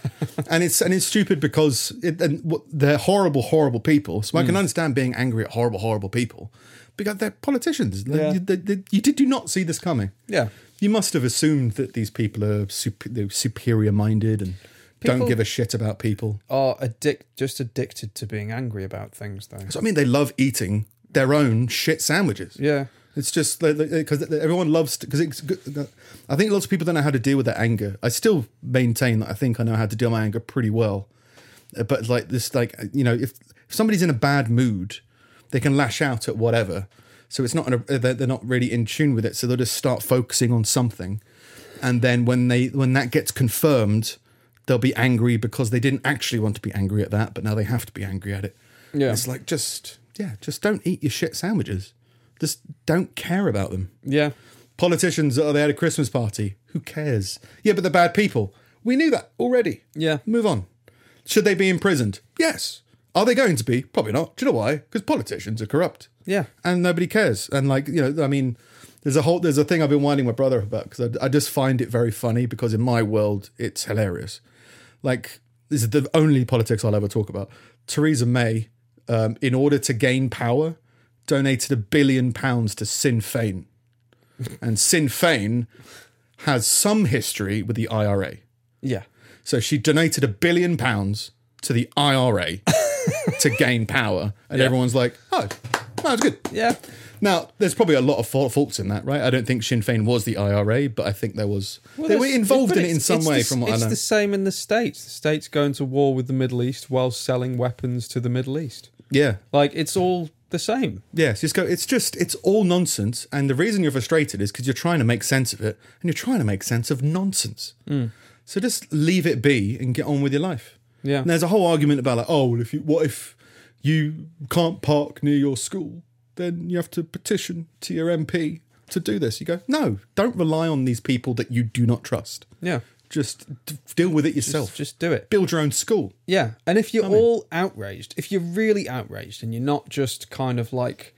B: And it's and it's stupid because it, and what, they're horrible, horrible people. So I
A: Hmm.
B: can understand being angry at horrible, horrible people because they're politicians. They-
A: Yeah.
B: they- they- you did do not see this coming.
A: yeah.
B: You must have assumed that these people are sup- they're superior minded and
A: People-
B: don't give a shit about people.
A: Are addict just addicted to being angry about things though.
B: So I mean, they love eating their own shit sandwiches.
A: Yeah,
B: It's just because everyone loves because it's. good- I think lots of people don't know how to deal with their anger. I still maintain that I think I know how to deal with my anger pretty well, Uh, but like this, like you know, if, if somebody's in a bad mood, they can lash out at whatever. So it's not an, uh, they're they're not really in tune with it. So they'll just start focusing on something, and then when they when that gets confirmed, they'll be angry because they didn't actually want to be angry at that, but now they have to be angry at it.
A: Yeah.
B: it's like just yeah, just don't eat your shit sandwiches. Just don't care about them.
A: yeah.
B: Politicians are they at a Christmas party? Who cares? Yeah, but they're bad people. We knew that already.
A: Yeah.
B: Move on. Should they be imprisoned? Yes. Are they going to be? Probably not. Do you know why? Because politicians are corrupt.
A: Yeah.
B: And nobody cares. And like, you know, I mean, there's a whole there's a thing I've been whining my brother about because I, I just find it very funny because in my world it's hilarious. Like this is the only politics I'll ever talk about. Theresa May, um, in order to gain power, donated a billion pounds to Sinn Fein, and Sinn Fein has some history with the IRA.
A: Yeah.
B: So she donated a billion pounds to the IRA to gain power, and everyone's like, "Oh, that's good."
A: Yeah.
B: Now, there's probably a lot of fa- faults in that, right? I don't think Sinn Fein was the IRA, but I think there was they were
A: that's-
B: involved
A: but
B: in it in
A: it's-
B: some
A: it's
B: way,
A: the-
B: from what I
A: it's
B: know.
A: the same in the states. The states going to war with the Middle East while selling weapons to the Middle East.
B: yeah,
A: Like it's all the same.
B: yes, just go. It's just it's all nonsense, and the reason you're frustrated is because you're trying to make sense of it, and you're trying to make sense of nonsense.
A: Hmm.
B: So just leave it be and get on with your life.
A: Yeah.
B: And there's a whole argument about like, oh, well, if you what if you can't park near your school, then you have to petition to your MP to do this. You go, no, don't rely on these people that you do not trust.
A: Yeah.
B: Just d- deal with it yourself.
A: Just, just do it.
B: Build your own school.
A: Yeah. And if you're all outraged, if you're really outraged and you're not just kind of like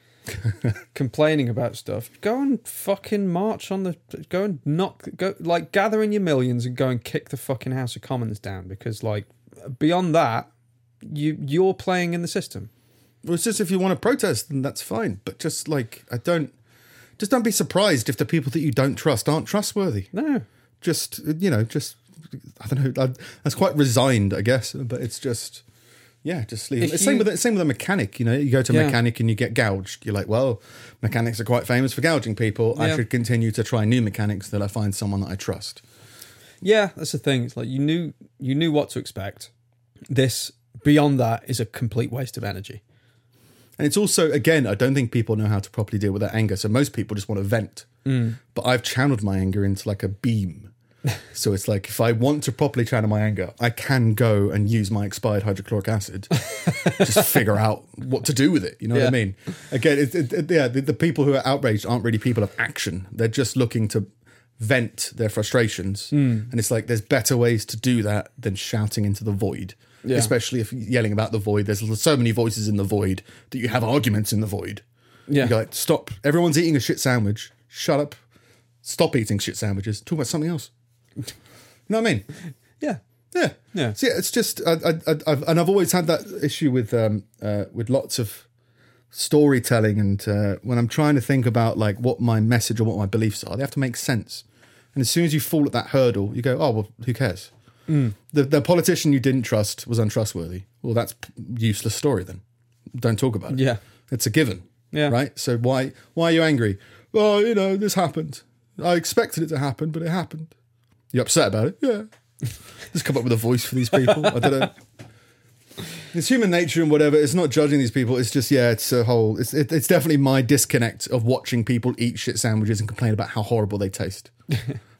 A: complaining about stuff, go and fucking march on the go and knock go like gather in your millions and go and kick the fucking House of Commons down because like beyond that, you you're playing in the system.
B: Well, it's just if you want to protest, then that's fine. But just like I don't, just don't be surprised if the people that you don't trust aren't trustworthy.
A: No.
B: Just you know, just I don't know. I, that's quite resigned, I guess. But it's just. Yeah, just leave.
A: If
B: It's same
A: you-
B: with the, same with a mechanic. You know, you go to a
A: Yeah.
B: mechanic and you get gouged. You're like, well, mechanics are quite famous for gouging people.
A: Yeah.
B: I should continue to try new mechanics till I find someone that I trust.
A: Yeah, that's the thing. It's like you knew you knew what to expect. This beyond that is a complete waste of energy.
B: And it's also, again, I don't think people know how to properly deal with their anger. So most people just want to vent. But I've channeled my anger into like a beam. so it's like if I want to properly channel my anger, I can go and use my expired hydrochloric acid. just figure out what to do with it. You know what
A: Yeah.
B: I mean? Again, it, it, it- yeah, the, the people who are outraged aren't really people of action. They're just looking to vent their frustrations.
A: Hmm.
B: And it's like there's better ways to do that than shouting into the void.
A: Yeah.
B: Especially if yelling about the void, there's so many voices in the void that you have arguments in the void.
A: Yeah.
B: You go like, stop. Everyone's eating a shit sandwich. Shut up. Stop eating shit sandwiches. Talk about something else. You know what I mean?
A: Yeah.
B: Yeah,
A: Yeah.
B: So, yeah, it's just I, I, I, I've, and I've always had that issue with um uh, with lots of storytelling, and uh, when I'm trying to think about like what my message or what my beliefs are, they have to make sense. And as soon as you fall at that hurdle, you go, oh well, who cares?
A: Mm.
B: The the politician you didn't trust was untrustworthy. Well, that's p- useless story then. Don't talk about it.
A: Yeah.
B: It's a given.
A: Yeah.
B: Right. So why why are you angry? Well, you know, this happened. I expected it to happen, but it happened. You upset about it? Yeah. Just come up with a voice for these people. I don't know. It's human nature and whatever. It's not judging these people. It's just yeah. It's a whole. It's it, it's definitely my disconnect of watching people eat shit sandwiches and complain about how horrible they taste.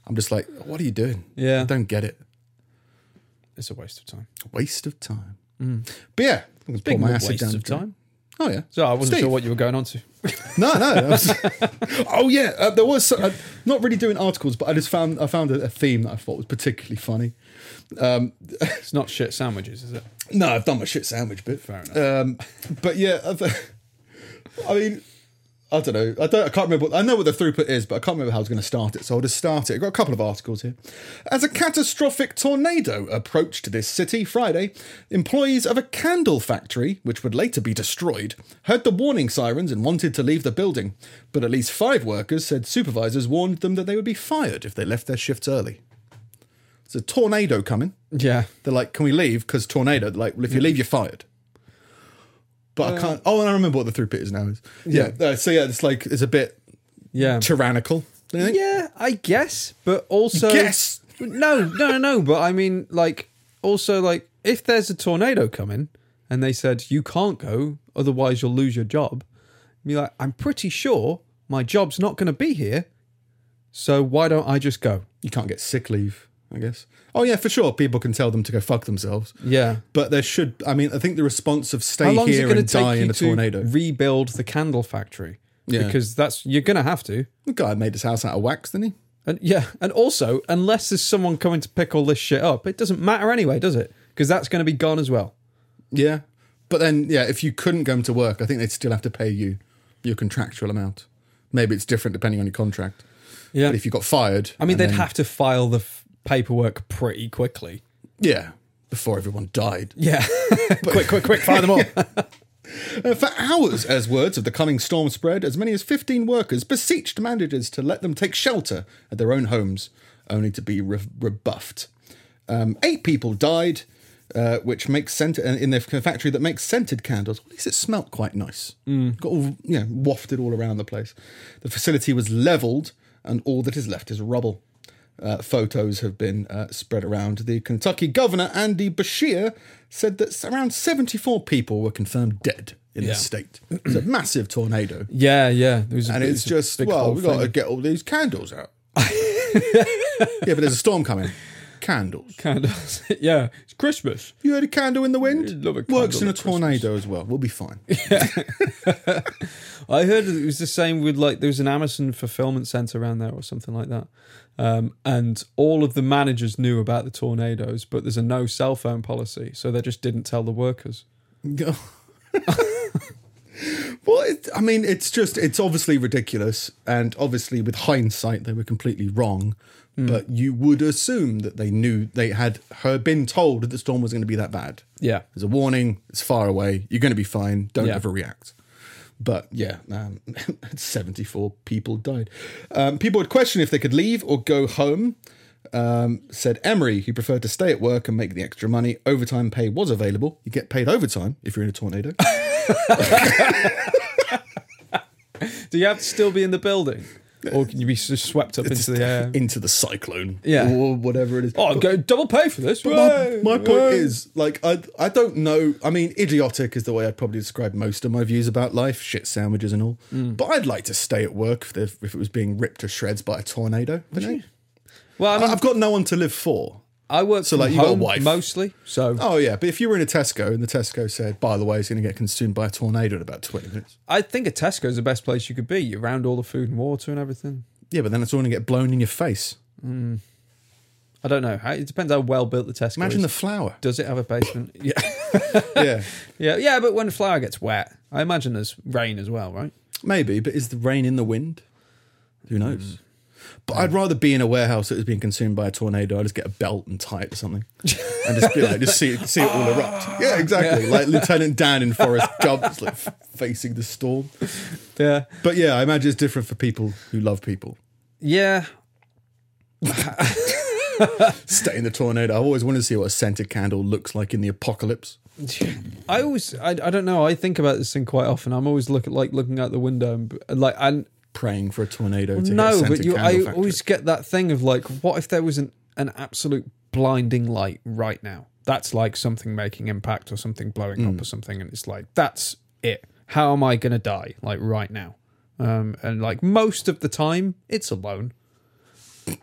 B: I'm just like, what are you doing?
A: Yeah.
B: I don't get it.
A: It's a waste of time.
B: Waste of time. But yeah, I'm gonna pour my acid
A: waste
B: down.
A: Mm. of time.
B: Oh yeah.
A: So I wasn't
B: Steve.
A: sure what you were going on to.
B: No, no. I was- oh yeah, uh, there was uh, not really doing articles, but I just found I found a, a theme that I thought was particularly funny.
A: It's not shit sandwiches, is it?
B: No, I've done my shit sandwich bit.
A: Fair enough.
B: Um, but yeah, I, th- I mean, I don't know. I don't. I can't remember. What, I know what the throughput is, but I can't remember how I was going to start it. So I'll just start it. I've got a couple of articles here. As a catastrophic tornado approached this city Friday, employees of a candle factory, which would later be destroyed, heard the warning sirens and wanted to leave the building. But at least five workers said supervisors warned them that they would be fired if they left their shifts early. It's a tornado coming.
A: Yeah.
B: They're like, can we leave? Because tornado. They're like, well, if you leave, you're fired.
A: Uh,
B: But I can't. Oh, and I remember what the throughput is now. Is yeah. uh, so yeah, it's like it's a bit
A: Yeah.
B: tyrannical. do you think?
A: Yeah, I guess, but also
B: Guess?
A: No, no, no. But I mean, like, also, like, if there's a tornado coming and they said you can't go, otherwise you'll lose your job, be like, I'm pretty sure my job's not going to be here, so why don't I just go?
B: You can't get sick leave. I guess. Oh yeah, for sure. People can tell them to go fuck themselves.
A: Yeah.
B: But there should. I mean, I think the response of
A: How
B: stay
A: long is it
B: here
A: going to
B: and die
A: take you
B: in a
A: to
B: tornado.
A: rebuild the candle factory?
B: Yeah.
A: Because that's you're going to have to.
B: The guy made his house out of wax, didn't he?
A: And yeah, and also, unless there's someone coming to pick all this shit up, it doesn't matter anyway, does it? Because that's going to be gone as well.
B: Yeah. But then, yeah, if you couldn't come to work, I think they'd still have to pay you your contractual amount. Maybe it's different depending on your contract.
A: Yeah.
B: But if you got fired,
A: I mean, they'd have to file the f- paperwork pretty quickly.
B: yeah, before everyone died.
A: Yeah. quick, quick, quick, file them all.
B: Uh, for hours, as words of the coming storm spread, as many as 15 workers beseeched managers to let them take shelter at their own homes, only to be re- rebuffed. Um, eight people died, uh, which makes scent uh, in their factory that makes scented candles. At least it smelt quite nice.
A: Mm.
B: Got all you know, wafted all around the place. The facility was levelled, and all that is left is rubble. Uh, photos have been uh, spread around. The Kentucky governor, Andy Bashir, said that around 74 people were confirmed dead in the
A: Yeah.
B: state. it's a massive tornado.
A: Yeah, yeah. There was a-
B: And it's
A: a
B: just,
A: big
B: well,
A: whole
B: we've got to
A: thing.
B: get all these candles out. yeah, but there's a storm coming. Candles.
A: candles. yeah, it's Christmas.
B: You heard a candle in the wind?
A: love a
B: Works
A: candle
B: in a
A: at Christmas.
B: tornado as well. We'll be fine.
A: I heard it was the same with like there was an Amazon fulfillment center around there or something like that, um, and all of the managers knew about the tornadoes, but there's a no cell phone policy, so they just didn't tell the workers.
B: Go. well, it, I mean, it's just, it's obviously ridiculous. And obviously, with hindsight, they were completely wrong. But you would assume that they knew they had her been told that the storm was going to be that bad.
A: Yeah,
B: There's a warning, it's far away, you're going to be fine, don't
A: Yeah.
B: ever react. But yeah, um, 74 people died. Um, people would question if they could leave or go home. Um, said Emery, who preferred to stay at work and make the extra money. Overtime pay was available. You get paid overtime if you're in a tornado.
A: do you have to still be in the building? or can you be s- swept up into the air?
B: into the cyclone,
A: Yeah.
B: or whatever it is.
A: Oh, go double pay for this.
B: my, my
A: Whoa, whoa.
B: point is, like, I I don't know. I mean, idiotic is the way I'd probably describe most of my views about life, shit sandwiches and all. But I'd like to stay at work if, the- if it was being ripped to shreds by a tornado. you know?
A: Well, I,
B: I-
A: mean,
B: I've got no one to live for.
A: I work so
B: like,
A: from
B: you got a
A: home
B: wife.
A: mostly, so
B: Oh yeah, but if you were in a Tesco and the Tesco said, "By the way, it's going to get consumed by a tornado in about twenty minutes,"
A: I think a Tesco is the best place you could be. You're around all the food and water and everything.
B: yeah, but then it's all going to get blown in your face.
A: I don't know. How, it depends how well built the Tesco
B: Imagine the
A: is.
B: flour.
A: Does it have a basement? yeah,
B: yeah,
A: yeah, yeah. But when flour gets wet, I imagine there's rain as well, right?
B: maybe, but is the rain in the wind? Who
A: Mm.
B: knows? But I'd rather be in a warehouse that was being consumed by a tornado. I'd just get a belt and tie it to something, and just be like, just see it, see it all erupt.
A: Ah.
B: Yeah, exactly. Like Lieutenant Dan in Forrest Gump, just, like f- facing the storm.
A: Yeah,
B: But yeah, I imagine it's different for people who love people.
A: yeah.
B: Stay in the tornado. I've always wanted to see what a scented candle looks like in the apocalypse.
A: I always, I, I don't know. I think about this thing quite often. I'm always looking like looking out the window and and, like and
B: praying for a tornado to hit a
A: no,
B: scented
A: but you,
B: candle
A: I
B: factory.
A: always get that thing of like, what if there was an an absolute blinding light right now? That's like something making impact or something blowing
B: Hmm.
A: up or something, and it's like that's it. How am I gonna die like right now? Um, and like most of the time, it's alone.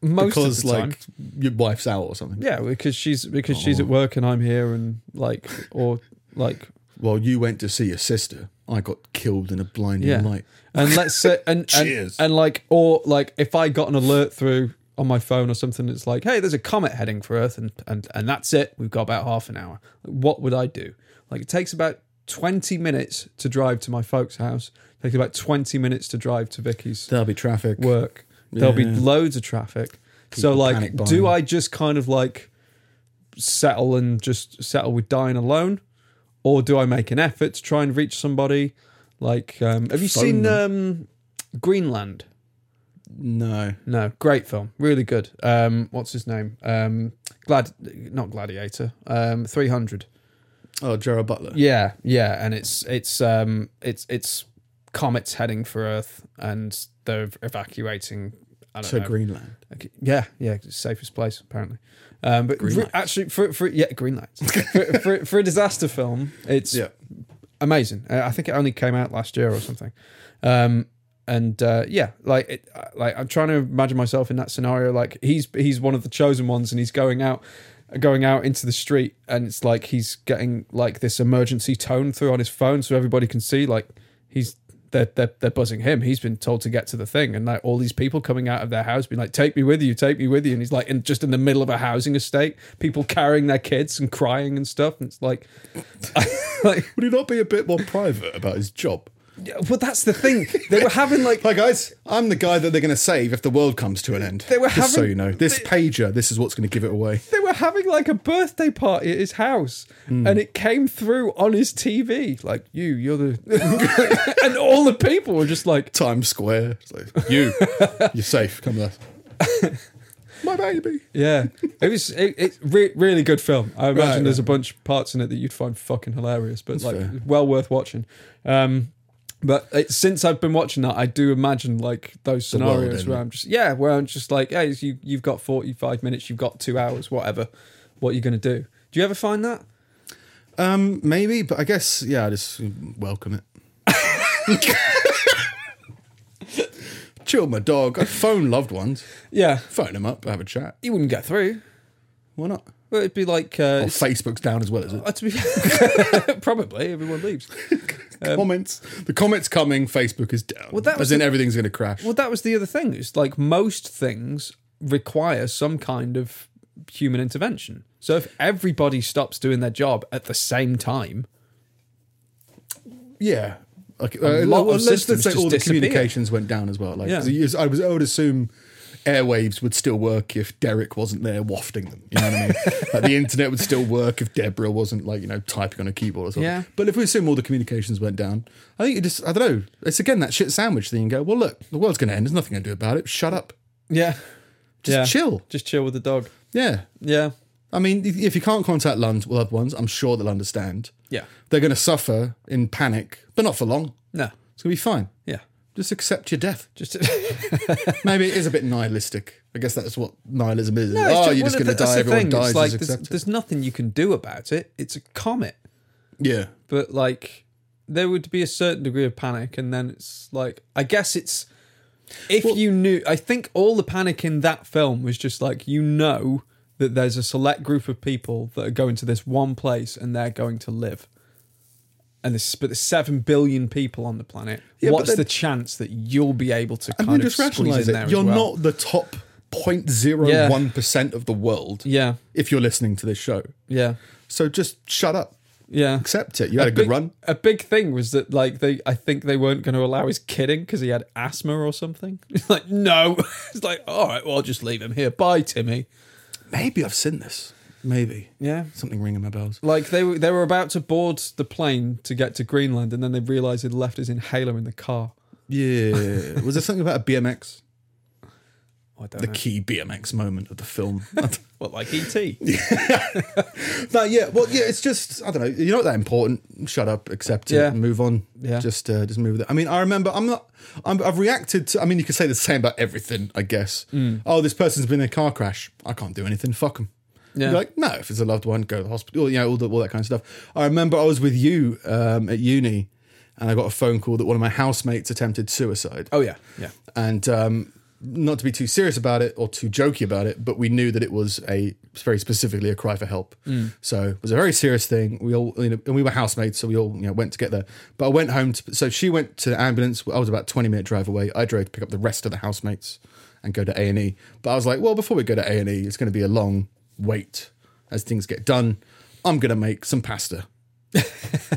A: Most
B: because
A: of the time.
B: like oh. your wife's out or something.
A: Yeah, because she's because she's at work and I'm here and like or like
B: Well, you went to see your sister. I got killed in a blinding
A: yeah.
B: light.
A: And let's say and and,
B: Cheers.
A: and like or like if I got an alert through on my phone or something it's like, hey, there's a comet heading for Earth and and and that's it. We've got about half an hour. What would I do? Like it takes about 20 minutes to drive to my folks' house. takes about 20 minutes to drive to Vicky's
B: There'll be traffic.
A: work. There'll be
B: Yeah.
A: loads of traffic. so like,
B: panic buying.
A: do I just kind of like settle and just settle with dying alone, or do I make an effort to try and reach somebody? Like, um, have you
B: Phone
A: seen um, Greenland?
B: no.
A: No, great film, really good. Um, what's his name? Um, Glad, not Gladiator. Um, Three hundred.
B: Oh, Gerard Butler.
A: Yeah, yeah, and it's it's um it's it's comets heading for Earth, and they're evacuating. I don't
B: to
A: know,
B: Greenland.
A: Okay. Yeah, yeah, it's the safest place apparently. Um, but
B: Green
A: for-
B: lights.
A: actually, for for yeah, green lights for, for for a disaster film, it's
B: Yeah.
A: amazing. Uh, I think it only came out last year or something. Um, and uh, yeah, like it, uh, like I'm trying to imagine myself in that scenario. Like he's he's one of the chosen ones, and he's going out going out into the street, and it's like he's getting like this emergency tone through on his phone, so everybody can see like he's. They're, they're, they're buzzing him. He's been told to get to the thing, and like all these people coming out of their house, being like, "Take me with you, take me with you," and he's like, in just in the middle of a housing estate, people carrying their kids and crying and stuff, and it's like, like
B: Would he not be a bit more private about his job?
A: yeah, well, that's the thing. They were having like
B: Hi guys, I'm the guy that they're going to save if the world comes to an end.
A: They were
B: Just so
A: having-
B: you know, this pager, this is what's going to give it away.
A: they were having like a birthday party at his house,
B: Hmm.
A: and it came through on his TV. Like you, you're the, and all the people were just like,
B: Times Square. It's like, you, you're safe. Come with us. My baby.
A: yeah. It was it, it's re- really good film. I imagine
B: Right,
A: there's
B: right.
A: a bunch of parts in it that you'd find fucking hilarious, but like
B: fair.
A: well worth watching. Um, but it, since I've been watching that, I do imagine like those
B: world
A: scenarios where
B: ending.
A: I'm just yeah, where I'm just like, hey, you you've got 45 minutes, you've got two hours, whatever. What are you gonna do? Do you ever find that?
B: Um, maybe, but I guess yeah, I just welcome it. Chill, my dog. I phone loved ones.
A: Yeah,
B: Phone them up, have a chat.
A: you wouldn't get through.
B: Why not?
A: Well, it'd be like uh,
B: Well, Facebook's down as well as it.
A: uh, to be- probably everyone leaves.
B: comments. The comments coming. Facebook is down. Well,
A: Um, that
B: that
A: was
B: as in everything's going to crash.
A: Well, that was the other thing. It's like most things require some kind of human intervention. So if everybody stops doing their job at the same time,
B: yeah. Okay.
A: A
B: uh,
A: lot of
B: let's just
A: systems
B: say
A: just
B: all the
A: disappear.
B: communications went down as well. Like
A: Yeah.
B: yeah. I was, I would assume airwaves would still work if Derek wasn't there wafting them. You know what I mean? like the internet would still work if Deborah wasn't like you know typing on a keyboard or something.
A: Yeah.
B: But if we assume all the communications went down, I think it just I don't know. It's again that shit sandwich thing. You go well, look, the world's going to end. There's nothing going to do about it. Shut up.
A: yeah,
B: Just
A: Yeah.
B: chill.
A: just chill with the dog.
B: Yeah.
A: Yeah,
B: I mean, if if you can't contact loved loved ones, I'm sure they'll understand.
A: yeah,
B: they're going to suffer in panic, but not for long.
A: no,
B: It's going to be fine.
A: yeah,
B: Just accept your death.
A: Just
B: Maybe it is a bit nihilistic. I guess that's what nihilism is.
A: No, it's
B: oh,
A: ju-
B: you're
A: well,
B: just going to
A: th- that's
B: die.
A: the
B: Everyone
A: thing,
B: dies.
A: It's like
B: just
A: there's,
B: accept it.
A: there's nothing you can do about it. It's a comet,
B: Yeah.
A: but like there would be a certain degree of panic, and then it's like I guess it's if you knew. I think all the panic in that film was just like you know that there's a select group of people that are going to this one place and they're going to live. And there's, but there's seven billion people on the planet.
B: Yeah, but
A: What's
B: then-
A: the chance that you'll be able to
B: And
A: kind
B: then
A: of
B: just
A: squeeze
B: rationalize
A: in there?
B: it.
A: as
B: You're
A: well?
B: not the top 0.01% of the world
A: Yeah,
B: if you're listening to this show.
A: yeah,
B: So just shut up.
A: yeah.
B: Accept it. You had a good
A: big-
B: run.
A: A big thing was that like they, I think they weren't going to allow his kidding because he had asthma or something. It's like no, it's like all right, well I'll just leave him here. Bye, Timmy.
B: Maybe I've seen this. Maybe.
A: Yeah.
B: Something ringing my bells.
A: Like they were, they were about to board the plane to get to Greenland, and then they realised he'd left his inhaler in the car.
B: Yeah. Was there something about a BMX?
A: I don't
B: The
A: know.
B: key BMX moment of the film.
A: What like E ET?
B: no, yeah. Well, yeah. It's just I don't know. You're not that important. Shut up. Accept it.
A: Yeah.
B: And move on.
A: Yeah.
B: Just uh, just move with it. I mean, I remember. I'm not. I'm, I've reacted to. I mean, you could say the same about everything. I guess.
A: Mm.
B: Oh, this person's been in a car crash. I can't do anything. Fuck them.
A: Yeah.
B: You're like, no, if it's a loved one, go to the hospital, you know, all, the, all that kind of stuff. I remember I was with you um, at uni and I got a phone call that one of my housemates attempted suicide
A: Oh yeah, yeah,
B: and um, not to be too serious about it or too jokey about it, but we knew that it was a very specifically a cry for help. So it was a very serious thing. We all, you know, and we were housemates, so we all, you know, went to get there. But I went home. To, so she went to the ambulance. I was about twenty minute drive away. I drove to pick up the rest of the housemates and go to A and E. But I was like, well, before we go to A and E, it's going to be a long wait as things get done. I'm going to make some pasta.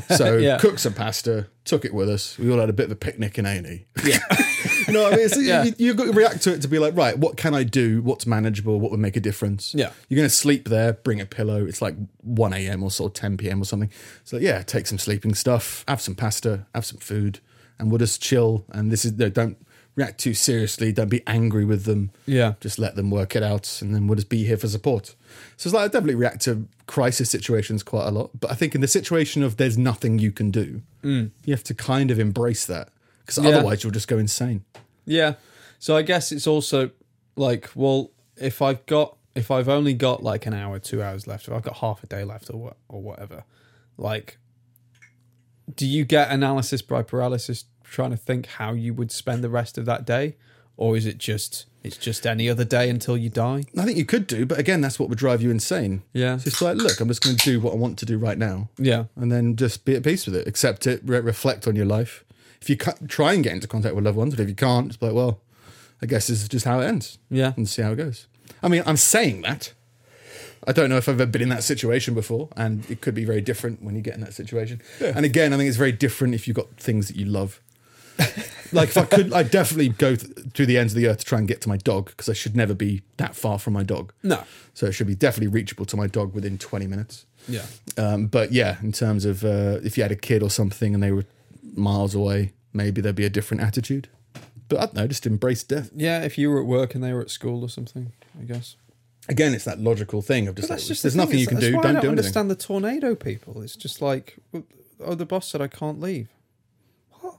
B: so
A: Yeah.
B: cooked some pasta, took it with us. We all had a bit of a picnic in A and E.
A: yeah,
B: You know what I mean? So
A: Yeah.
B: you, you've got to react to it to be like, right, what can I do? What's manageable? What would make a difference?
A: Yeah.
B: You're going to sleep there, bring a pillow. It's like 1 a.m. or sort of 10 p.m. or something. So, yeah, take some sleeping stuff, have some pasta, have some food, and we'll just chill. And this is, no, don't react too seriously. Don't be angry with them.
A: Yeah.
B: Just let them work it out. And then we'll just be here for support. So, it's like I definitely react to crisis situations quite a lot. But I think in the situation of there's nothing you can do, you have to kind of embrace that. Because otherwise, you'll just go insane.
A: yeah. So I guess it's also like, well, if I've got, if I've only got like an hour, two hours left, if I've got half a day left or what, or whatever, like do you get analysis by paralysis trying to think how you would spend the rest of that day or is it just it's just any other day until you die
B: I think you could do, but again, that's what would drive you insane.
A: Yeah.
B: It's just like, look, I'm just going to do what I want to do right now,
A: yeah
B: and then just be at peace with it, accept it, re- reflect on your life. If you ca- try and get into contact with loved ones, but if you can't, it's like, well, I guess this is just how it ends,
A: yeah
B: and see how it goes. I mean, I'm saying that. I don't know if I've ever been in that situation before, and it could be very different when you get in that situation. And again, I think it's very different if you've got things that you love. like if I could, I would definitely go th- to the ends of the earth to try and get to my dog because I should never be that far from my dog.
A: no
B: So it should be definitely reachable to my dog within 20 minutes.
A: yeah
B: Um, but yeah, in terms of uh, if you had a kid or something and they were miles away, maybe there'd be a different attitude. But I don't know, just embrace death.
A: yeah if you were at work and they were at school or something i guess
B: Again, it's that logical thing of just, like,
A: the
B: there's
A: thing,
B: nothing
A: is
B: you can
A: that's
B: do.
A: why
B: Don't,
A: I don't
B: do anything.
A: understand the tornado people it's just like well, oh the boss said i can't leave what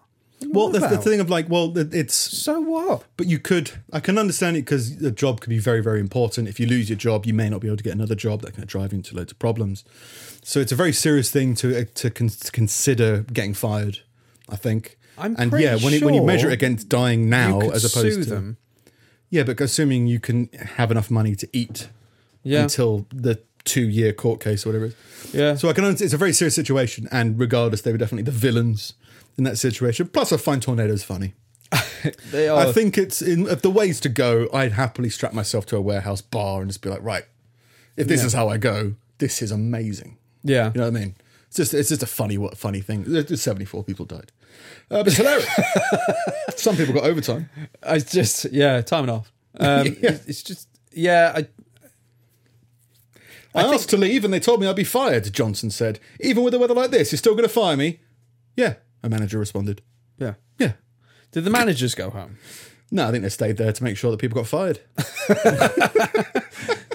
B: Well, that's the
A: about?
B: thing of like, well, it- it's
A: so what
B: But you could, I can understand it because the job could be very, very important. If you lose your job, you may not be able to get another job. That can drive you into loads of problems. So it's a very serious thing to uh, to, con- to consider getting fired. I think.
A: I'm
B: and
A: pretty
B: yeah, when you, when you
A: sure
B: measure it against dying now
A: you could
B: as opposed
A: sue
B: to
A: them
B: yeah, but assuming you can have enough money to eat
A: yeah
B: until the two year court case or whatever. It is.
A: yeah
B: So I can. under- It's a very serious situation, and regardless, they were definitely the villains in that situation. Plus, I find tornadoes funny.
A: they are
B: I think it's in of the ways to go. I'd happily strap myself to a warehouse bar and just be like, right, if this is how I go, this is amazing.
A: yeah
B: You know what I mean? It's just it's just a funny what funny thing. There's just 74 people died, uh, but it's hilarious. Some people got overtime.
A: I just yeah, time and off. Um, it's, it's just yeah, I
B: I, asked to leave and they told me I'd be fired. Johnson said, even with the weather like this, you're still going to fire me? Yeah, a manager responded.
A: yeah.
B: Yeah.
A: Did the managers go home?
B: No, I think they stayed there to make sure that people got fired.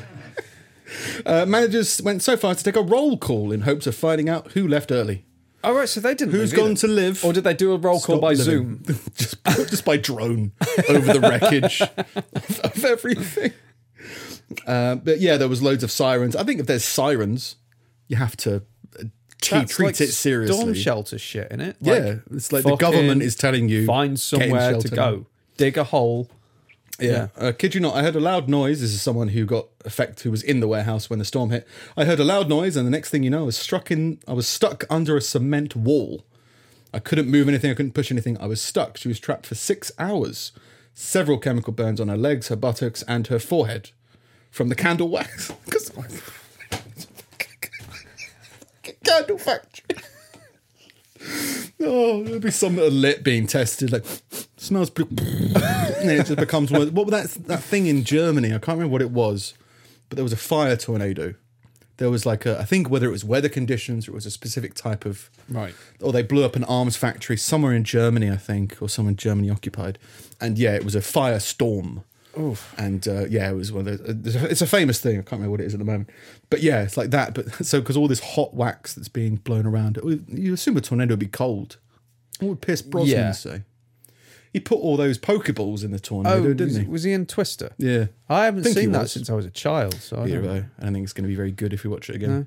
B: uh, managers went so far as to take a roll call in hopes of finding out who left early.
A: All Oh, right, so they didn't.
B: Who's
A: leave either.
B: gone to live?
A: Or did they do a roll call
B: Stop
A: by Zoom?
B: living. just, just by drone over the wreckage of, of everything. Uh, but yeah, there was loads of sirens. I think if there's sirens, you have to uh, treat,
A: That's
B: treat
A: like
B: it seriously.
A: Storm shelter shit in it.
B: yeah, it's like the government is telling you
A: find
B: get in
A: somewhere to
B: shelter.
A: go, dig a hole.
B: Yeah. Uh, kid you not, I heard a loud noise. This is someone who got effect who was in the warehouse when the storm hit. I heard a loud noise, and the next thing you know, I was struck in. I was stuck under a cement wall. I couldn't move anything. I couldn't push anything. I was stuck. She was trapped for six hours. Several chemical burns on her legs, her buttocks, and her forehead from the candle wax. 'Cause- candle factory. Oh, there'll be some that are lit being tested. Like smells, pretty- and then it just becomes worse. What was that that thing in Germany? I can't remember what it was, but there was a fire tornado. There was like a, I think whether it was weather conditions or it was a specific type of
A: Right.
B: or they blew up an arms factory somewhere in Germany, I think, or somewhere Germany occupied. And yeah, it was a firestorm. Oof. And uh, yeah, it was one of those. It's a famous thing. I can't remember what it is at the moment. But yeah, it's like that. But so because all this hot wax that's being blown around, it would- you assume a tornado would be cold. What would Pierce Brosnan
A: Yeah.
B: say? He put all those pokeballs in the tornado,
A: Oh, was,
B: didn't he?
A: was he in Twister?
B: Yeah.
A: I haven't
B: Think he
A: seen that
B: was.
A: since I was a child. So I
B: Either
A: don't-
B: way, I don't think it's going to be very good if we watch it again.
A: Oh. No. Oh,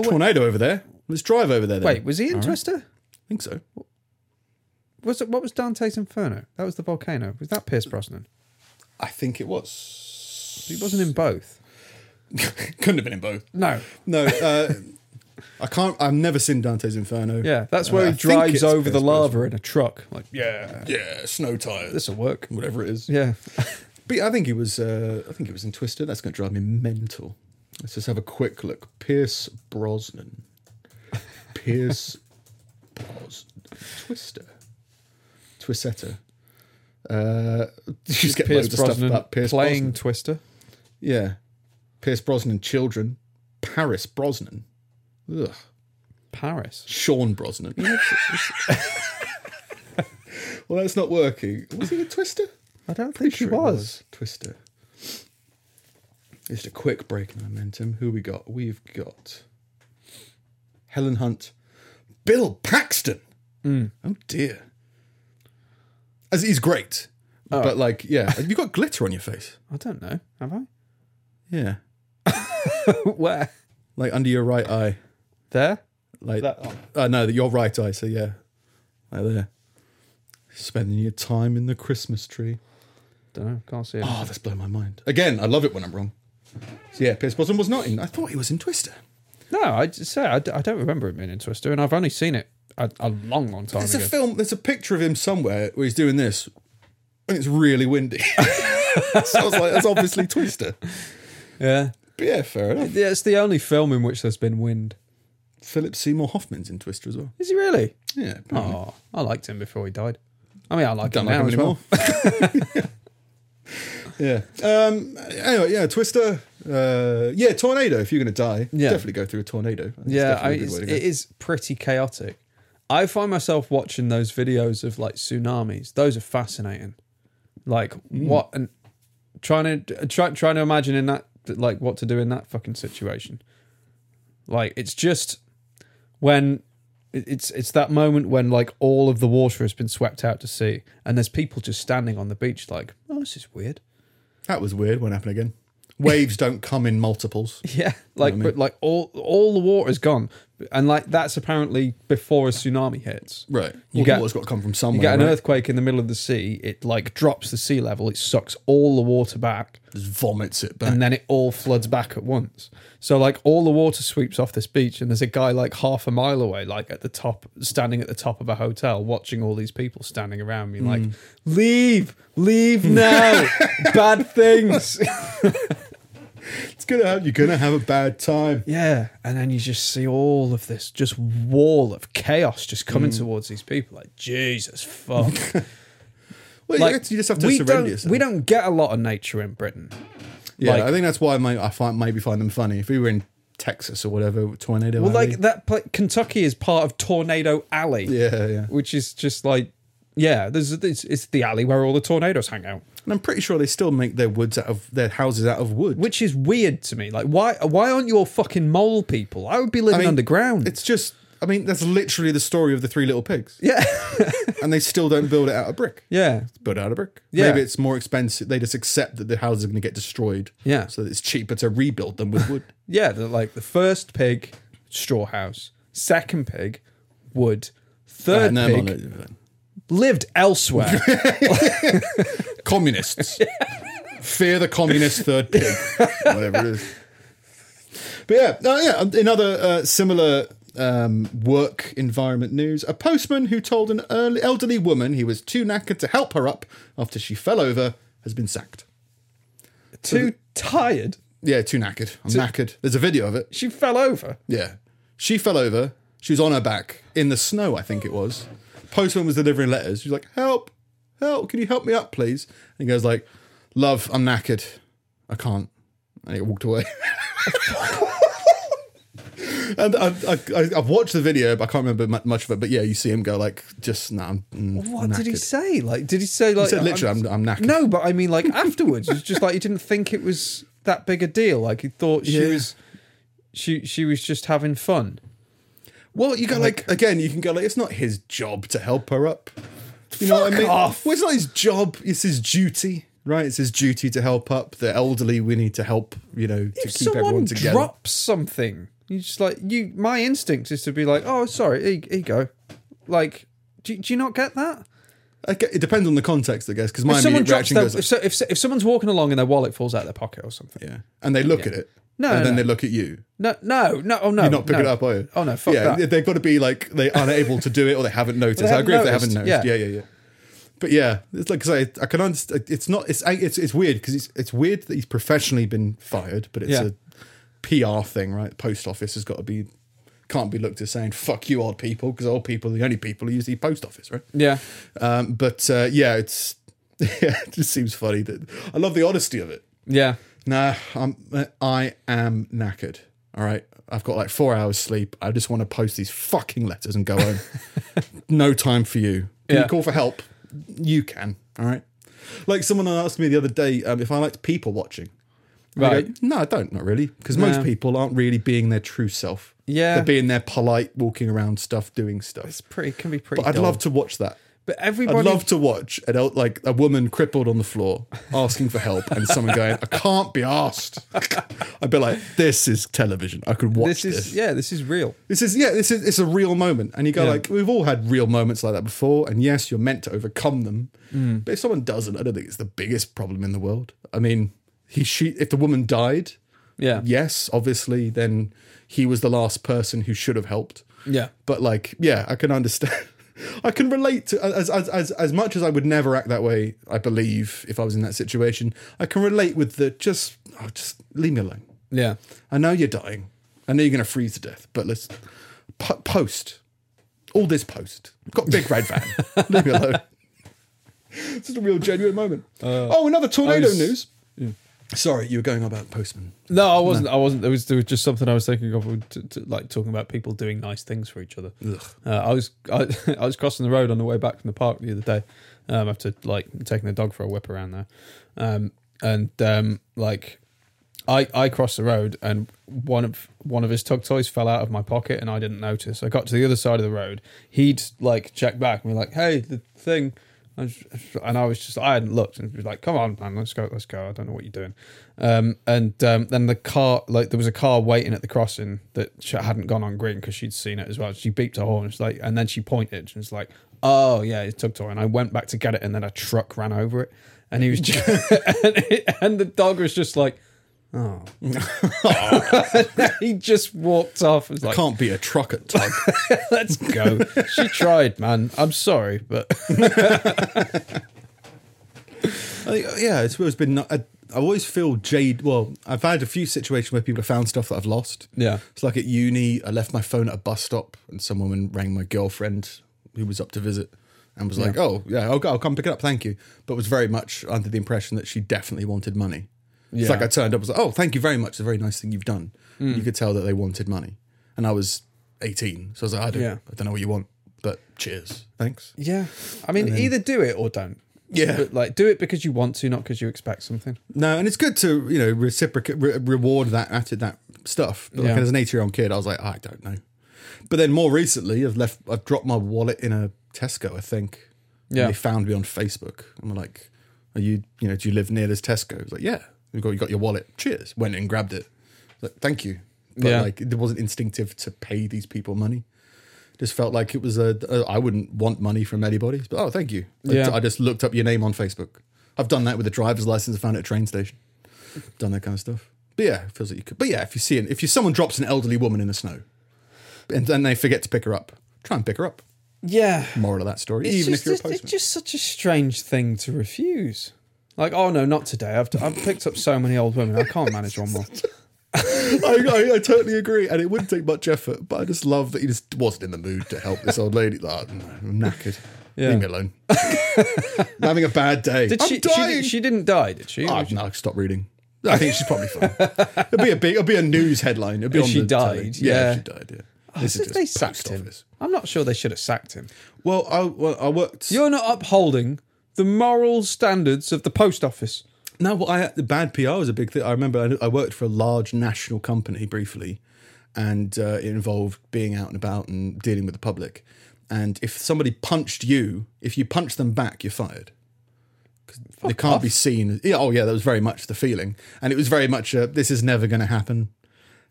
B: There's a tornado over there. Let's drive over there. Then.
A: wait, was he in Twister?
B: I think so.
A: Was it what was Dante's Inferno? That was the volcano. Was that Pierce Brosnan?
B: I think it was.
A: He wasn't in both.
B: Couldn't have been in both.
A: No.
B: No, uh, I can't. I've never seen Dante's Inferno.
A: Yeah, that's
B: Uh,
A: where
B: I
A: he
B: think
A: drives
B: it's
A: over the
B: Pierce
A: lava in a truck. Like, yeah,
B: Brosnan. Yeah, snow tires,
A: this'll work.
B: whatever it is.
A: Yeah.
B: But I think he was. Uh, I think it was in Twister. That's going to drive me mental. Let's just have a quick look. Pierce Brosnan. Pierce Bros. Twister. Twistetta. Uh, you just get
A: Pierce
B: loads of
A: Brosnan
B: stuff about Pierce
A: playing
B: Brosnan.
A: Twister.
B: Yeah. Pierce Brosnan children. Paris Brosnan. Ugh.
A: Paris.
B: Sean Brosnan. well, that's not working. Was he a Twister?
A: I don't think he
B: Sure it
A: was.
B: Twister. Just a quick break in momentum. Who we got? We've got Helen Hunt, Bill Paxton.
A: Mm.
B: Oh dear. As he's great,
A: Oh.
B: but like, yeah, have you got glitter on your face?
A: I don't know. Have I?
B: Yeah,
A: Where?
B: like under your right eye.
A: There?
B: Like
A: That one.
B: Uh, no, that your right eye. So yeah, right there. Spending your time in the Christmas tree.
A: Don't know. Can't see it.
B: Oh, that's blown my mind. Again, I love it when I'm wrong. So yeah, Pierce Brosnan was not in. I thought he was in Twister. Oh,
A: No, I just say I, d- I don't remember it being in Twister, and I've only seen it a, a long, long time
B: There's
A: ago.
B: a film. There's a picture of him somewhere where he's doing this, and it's really windy. so I was like, that's obviously Twister.
A: yeah,
B: But yeah, fair enough.
A: yeah, it's the only film in which there's been wind.
B: Philip Seymour Hoffman's in Twister as well.
A: Is he really?
B: Yeah,
A: Oh, I liked him before he died. I mean, I like him
B: don't like
A: now
B: him
A: as well.
B: anymore. yeah. Um, anyway, yeah, Twister. Uh, yeah, tornado. If you're going to die,
A: Yeah.
B: definitely go through a tornado. That's
A: Yeah, I,
B: definitely a good
A: it's,
B: way to
A: it
B: go.
A: is pretty chaotic. I find myself watching those videos of like tsunamis. Those are fascinating. Like
B: Hmm.
A: what and trying to try, trying to imagine in that like what to do in that fucking situation. Like it's just when it- it's it's that moment when like all of the water has been swept out to sea and there's people just standing on the beach like oh this is weird
B: that was weird. Won't happen again. Waves don't come in multiples.
A: Yeah, like but like all all the water is gone, and like that's apparently before a tsunami hits.
B: Right.
A: You
B: You
A: get-
B: water's got to come from somewhere.
A: You get an
B: right?
A: earthquake in the middle of the sea, it like drops the sea level, it sucks all the water back,
B: Just vomits it back.
A: and then it all floods back at once. So like all the water sweeps off this beach, and there's a guy like half a mile away, like at the top, standing at the top of a hotel, watching all these people standing around me, like leave, leave now, bad things.
B: it's gonna happen. You're gonna have a bad time.
A: Yeah, and then you just see all of this just wall of chaos just coming
B: Mm.
A: towards these people. Like Jesus fuck!
B: Well,
A: like
B: you, you just have to
A: we
B: surrender
A: don't,
B: yourself.
A: We don't get a lot of nature in Britain.
B: yeah,
A: like-
B: I think that's why my, I find maybe find them funny. If we were in Texas or whatever, tornado.
A: Well,
B: alley.
A: like that. pla Kentucky is part of Tornado Alley.
B: yeah, yeah.
A: which is just like yeah. There's it's, it's the alley where all the tornadoes hang out,
B: And I'm pretty sure they still make their woods out of their houses out of wood.
A: which is weird to me. Like why why aren't you all fucking mole people? I would be living
B: mean,
A: underground.
B: It's just I mean, that's literally the story of the three little pigs.
A: Yeah.
B: And they still don't build it out of brick.
A: yeah.
B: Build it out of brick.
A: Yeah.
B: Maybe it's more expensive. They just accept that the houses are going to get destroyed.
A: Yeah.
B: So that it's cheaper to rebuild them with wood.
A: Yeah. the- like the first pig, straw house. Second pig, wood. Third
B: And they're
A: pig
B: mono-
A: lived elsewhere.
B: communists. Fear the communist third pig, whatever it is. But yeah, no, yeah. In other uh, similar um, work environment news, a postman who told an early elderly woman he was too knackered to help her up after she fell over has been sacked.
A: Too tired.
B: Yeah, too knackered. I'm knackered. There's a video of it.
A: She fell over.
B: Yeah, she fell over. She was on her back in the snow. I think it was. Postman was delivering letters. She's like, "Help, help! Can you help me up, please?" And he goes like, "Love, I'm knackered. I can't." And he walked away. and I, I, I, I've watched the video, but I can't remember mu- much of it. But yeah, you see him go like, "Just nah." I'm, mm,
A: What did he
B: knackered."
A: say? Like, did he say like?
B: He said, literally, I'm, I'm knackered.
A: No, but I mean, like afterwards, it's just like he didn't think it was that big a deal. Like he thought she
B: Yeah.
A: was, she she was just having fun.
B: Well, you go like, again, you can go like it's not his job to help her up. You know what I
A: Fuck
B: mean?
A: off.
B: Well, it's not his job. It's his duty, right? It's his duty to help up the elderly. We need to help. You know, to
A: If
B: keep everyone
A: someone
B: together.
A: drops something, you just like you. My instinct is to be like, oh, sorry, here, here you go. Like, do, do you not get that?
B: I gue- it depends on the context, I guess, because my
A: If someone
B: immediate
A: drops
B: reaction
A: their,
B: goes, like,
A: if, so, if, so- if someone's walking along and their wallet falls out of their pocket or something.
B: yeah, and they look at it.
A: No,
B: and
A: no,
B: then
A: no.
B: they look at you.
A: No, no, no, oh no.
B: You're not picking
A: no.
B: it up, are you?
A: Oh no, fuck
B: yeah,
A: that.
B: They've got to be like they aren't able to do it or they haven't noticed. I
A: haven't
B: agree if
A: noticed,
B: they haven't noticed.
A: yeah.
B: Yeah, yeah, yeah. But yeah, it's like 'cause I, I can understand. It's not. It's I- it's it's weird because it's it's weird that he's professionally been fired, but it's
A: Yeah.
B: a PR thing, right? Post office has got to be can't be looked as saying "fuck you, old people" because old people are the only people who use the post office, right?
A: Yeah,
B: Um, but uh, yeah, it's yeah, it just seems funny that I love the honesty of it.
A: yeah,
B: Nah, I'm I am knackered. All right, I've got like four hours sleep. I just want to post these fucking letters and go home. no time for you. Can
A: Yeah.
B: you call for help? You can. All right. Like someone asked me the other day um, if I liked people watching. And I
A: Right.
B: go, no, I don't. Not really, because
A: No.
B: most people aren't really being their true self.
A: Yeah.
B: they're being their polite, walking around stuff, doing stuff.
A: it's pretty. Can be pretty.
B: But I'd
A: dull.
B: love to watch that.
A: But
B: I'd
A: everybody.
B: love to watch an el- like a woman crippled on the floor asking for help, and someone going, "I can't be asked." I'd be like, "This is television. I could watch
A: this
B: this."
A: is
B: This,
A: yeah, this is real.
B: is yeah, this is it's a real moment, and you go like, "We've all had real moments like that before, and yes, you're meant to overcome them."
A: Mm.
B: But if someone doesn't, I don't think it's the biggest problem in the world. I mean, he she if the woman died,
A: Yeah,
B: yes, obviously, then he was the last person who should have helped
A: yeah,
B: but like yeah i can understand i can relate to as, as as as much as i would never act that way i believe if i was in that situation i can relate with the just oh, just leave me alone
A: yeah.
B: i know you're dying i know you're going to freeze to death but let's po- post all this post I've got big red van leave me alone it's just a real genuine moment oh another tornado
A: I was-
B: news sorry you were going on about postman
A: No, I wasn't. I wasn't. There was, there was just something I was thinking of, with- to, to, like talking about people doing nice things for each other. Uh, I was I, I was crossing the road on the way back from the park the other day um, after like taking the dog for a whip around there, um, and um, like I I crossed the road and one of one of his tug toys fell out of my pocket and I didn't notice. I got to the other side of the road. He'd like check back and be like, "Hey, the thing." I was- and I was just I hadn't looked and he was like, "Come on, man, let's go, let's go." I don't know what you're doing. Um, and um, then the car, like there was a car waiting at the crossing that she hadn't gone on green because she'd seen it as well. She beeped her horn, she's like, and then she pointed and was like, "Oh yeah, it's tug toy." And I went back to get it, and then a truck ran over it, and he was just, and, and the dog was just like, "Oh." he just walked off. And was like,
B: can't be a truck at tug
A: "Let's go." she tried, man. I'm sorry, but
B: I think, yeah, it's always been. I, I always feel jade. Well, I've had a few situations where people have found stuff that I've lost.
A: Yeah.
B: it's like at uni, I left my phone at a bus stop, and some woman rang my girlfriend who was up to visit, and was like, "Oh, yeah, I'll, go- I'll come pick it up, thank you," but was very much under the impression that she definitely wanted money.
A: Yeah. Hmm.
B: It's like I turned up, I was like, "Oh, thank you very much. It's a very nice thing you've done." You could tell that they wanted money, and I was eighteen, so I was like, "I don't,
A: Yeah.
B: I don't know what you want, but cheers, thanks."
A: yeah. I mean, either do it or don't.
B: Yeah.
A: but like do it because you want to, not because you expect something.
B: No, and it's good to you know reciprocate, re- reward that at that stuff. But
A: Yeah.
B: like as an eight year old kid, I was like, I don't know. But then more recently, I've left. I've dropped my wallet in a Tesco, I think. And
A: Yeah.
B: they found me on Facebook, and were like, "Are you? You know, do you live near this Tesco?" I was like, "Yeah." You got you got your wallet. Cheers. Went and grabbed it. I was like, thank you. But
A: Yeah.
B: like, it wasn't instinctive to pay these people money. Just felt like it was a. a I wouldn't want money from anybody. But oh, thank you. Like,
A: Yeah.
B: I just looked up your name on Facebook. I've done that with a driver's license. I found it at a train station. Done that kind of stuff. But yeah, it feels like you could. But yeah, if you see an, if you someone drops an elderly woman in the snow, and then they forget to pick her up, try and pick her up.
A: Yeah.
B: Moral of that story.
A: It's
B: even
A: just,
B: if you're a
A: it's-
B: postman.
A: It's just such a strange thing to refuse. Like, oh no, not today. I've, I've picked up so many old women. I can't manage one more.
B: I, I, I totally agree, and it wouldn't take much effort. But I just love that he just wasn't in the mood to help this old lady. Like, "No, I'm knackered.
A: Yeah.
B: Leave me alone. I'm having a bad day.
A: Did
B: I'm
A: she,
B: dying.
A: she? She didn't die, did she?
B: Oh, no, stop reading. I think she's probably fine. It'll be a big, it'll be a news headline. It'll be
A: If
B: on
A: she
B: the telly.
A: died,
B: Yeah, if
A: yeah. Oh,
B: she died. Yeah, this
A: Did
B: is
A: they
B: just
A: sacked
B: post
A: him.
B: office.
A: I'm not sure they should have sacked him.
B: Well, I well, I worked.
A: You're not upholding the moral standards of the post office.
B: No, well, I the bad PR was a big thing. I remember I, I worked for a large national company briefly, and uh, it involved being out and about and dealing with the public. And if somebody punched you, if you punched them back, you're fired. 'Cause They can't be seen. Yeah, oh yeah, that was very much the feeling, and it was very much a, this is never going to happen,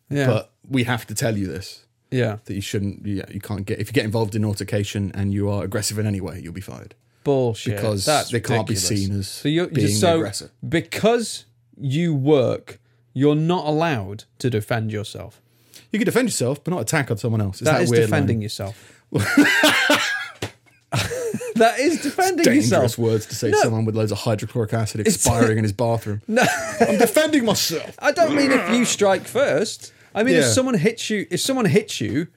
A: Yeah,
B: but we have to tell you this
A: yeah,
B: that you shouldn't. Yeah, you can't get if you get involved in altercation and you are aggressive in any way, you'll be fired
A: bullshit.
B: because
A: That's
B: they can't
A: ridiculous.
B: be seen as
A: So you're,
B: being
A: you're so
B: the aggressor.
A: because you work, you're not allowed to defend yourself.
B: You can defend yourself, but not attack on someone else. It's that,
A: That is
B: weird
A: defending
B: line.
A: yourself. that is defending
B: Dangerous
A: yourself.
B: words to say to someone with loads of hydrochloric acid expiring in his bathroom.
A: No,
B: I'm defending myself.
A: I don't mean if you strike first. I mean if
B: Yeah.
A: someone hits you. If someone hits you,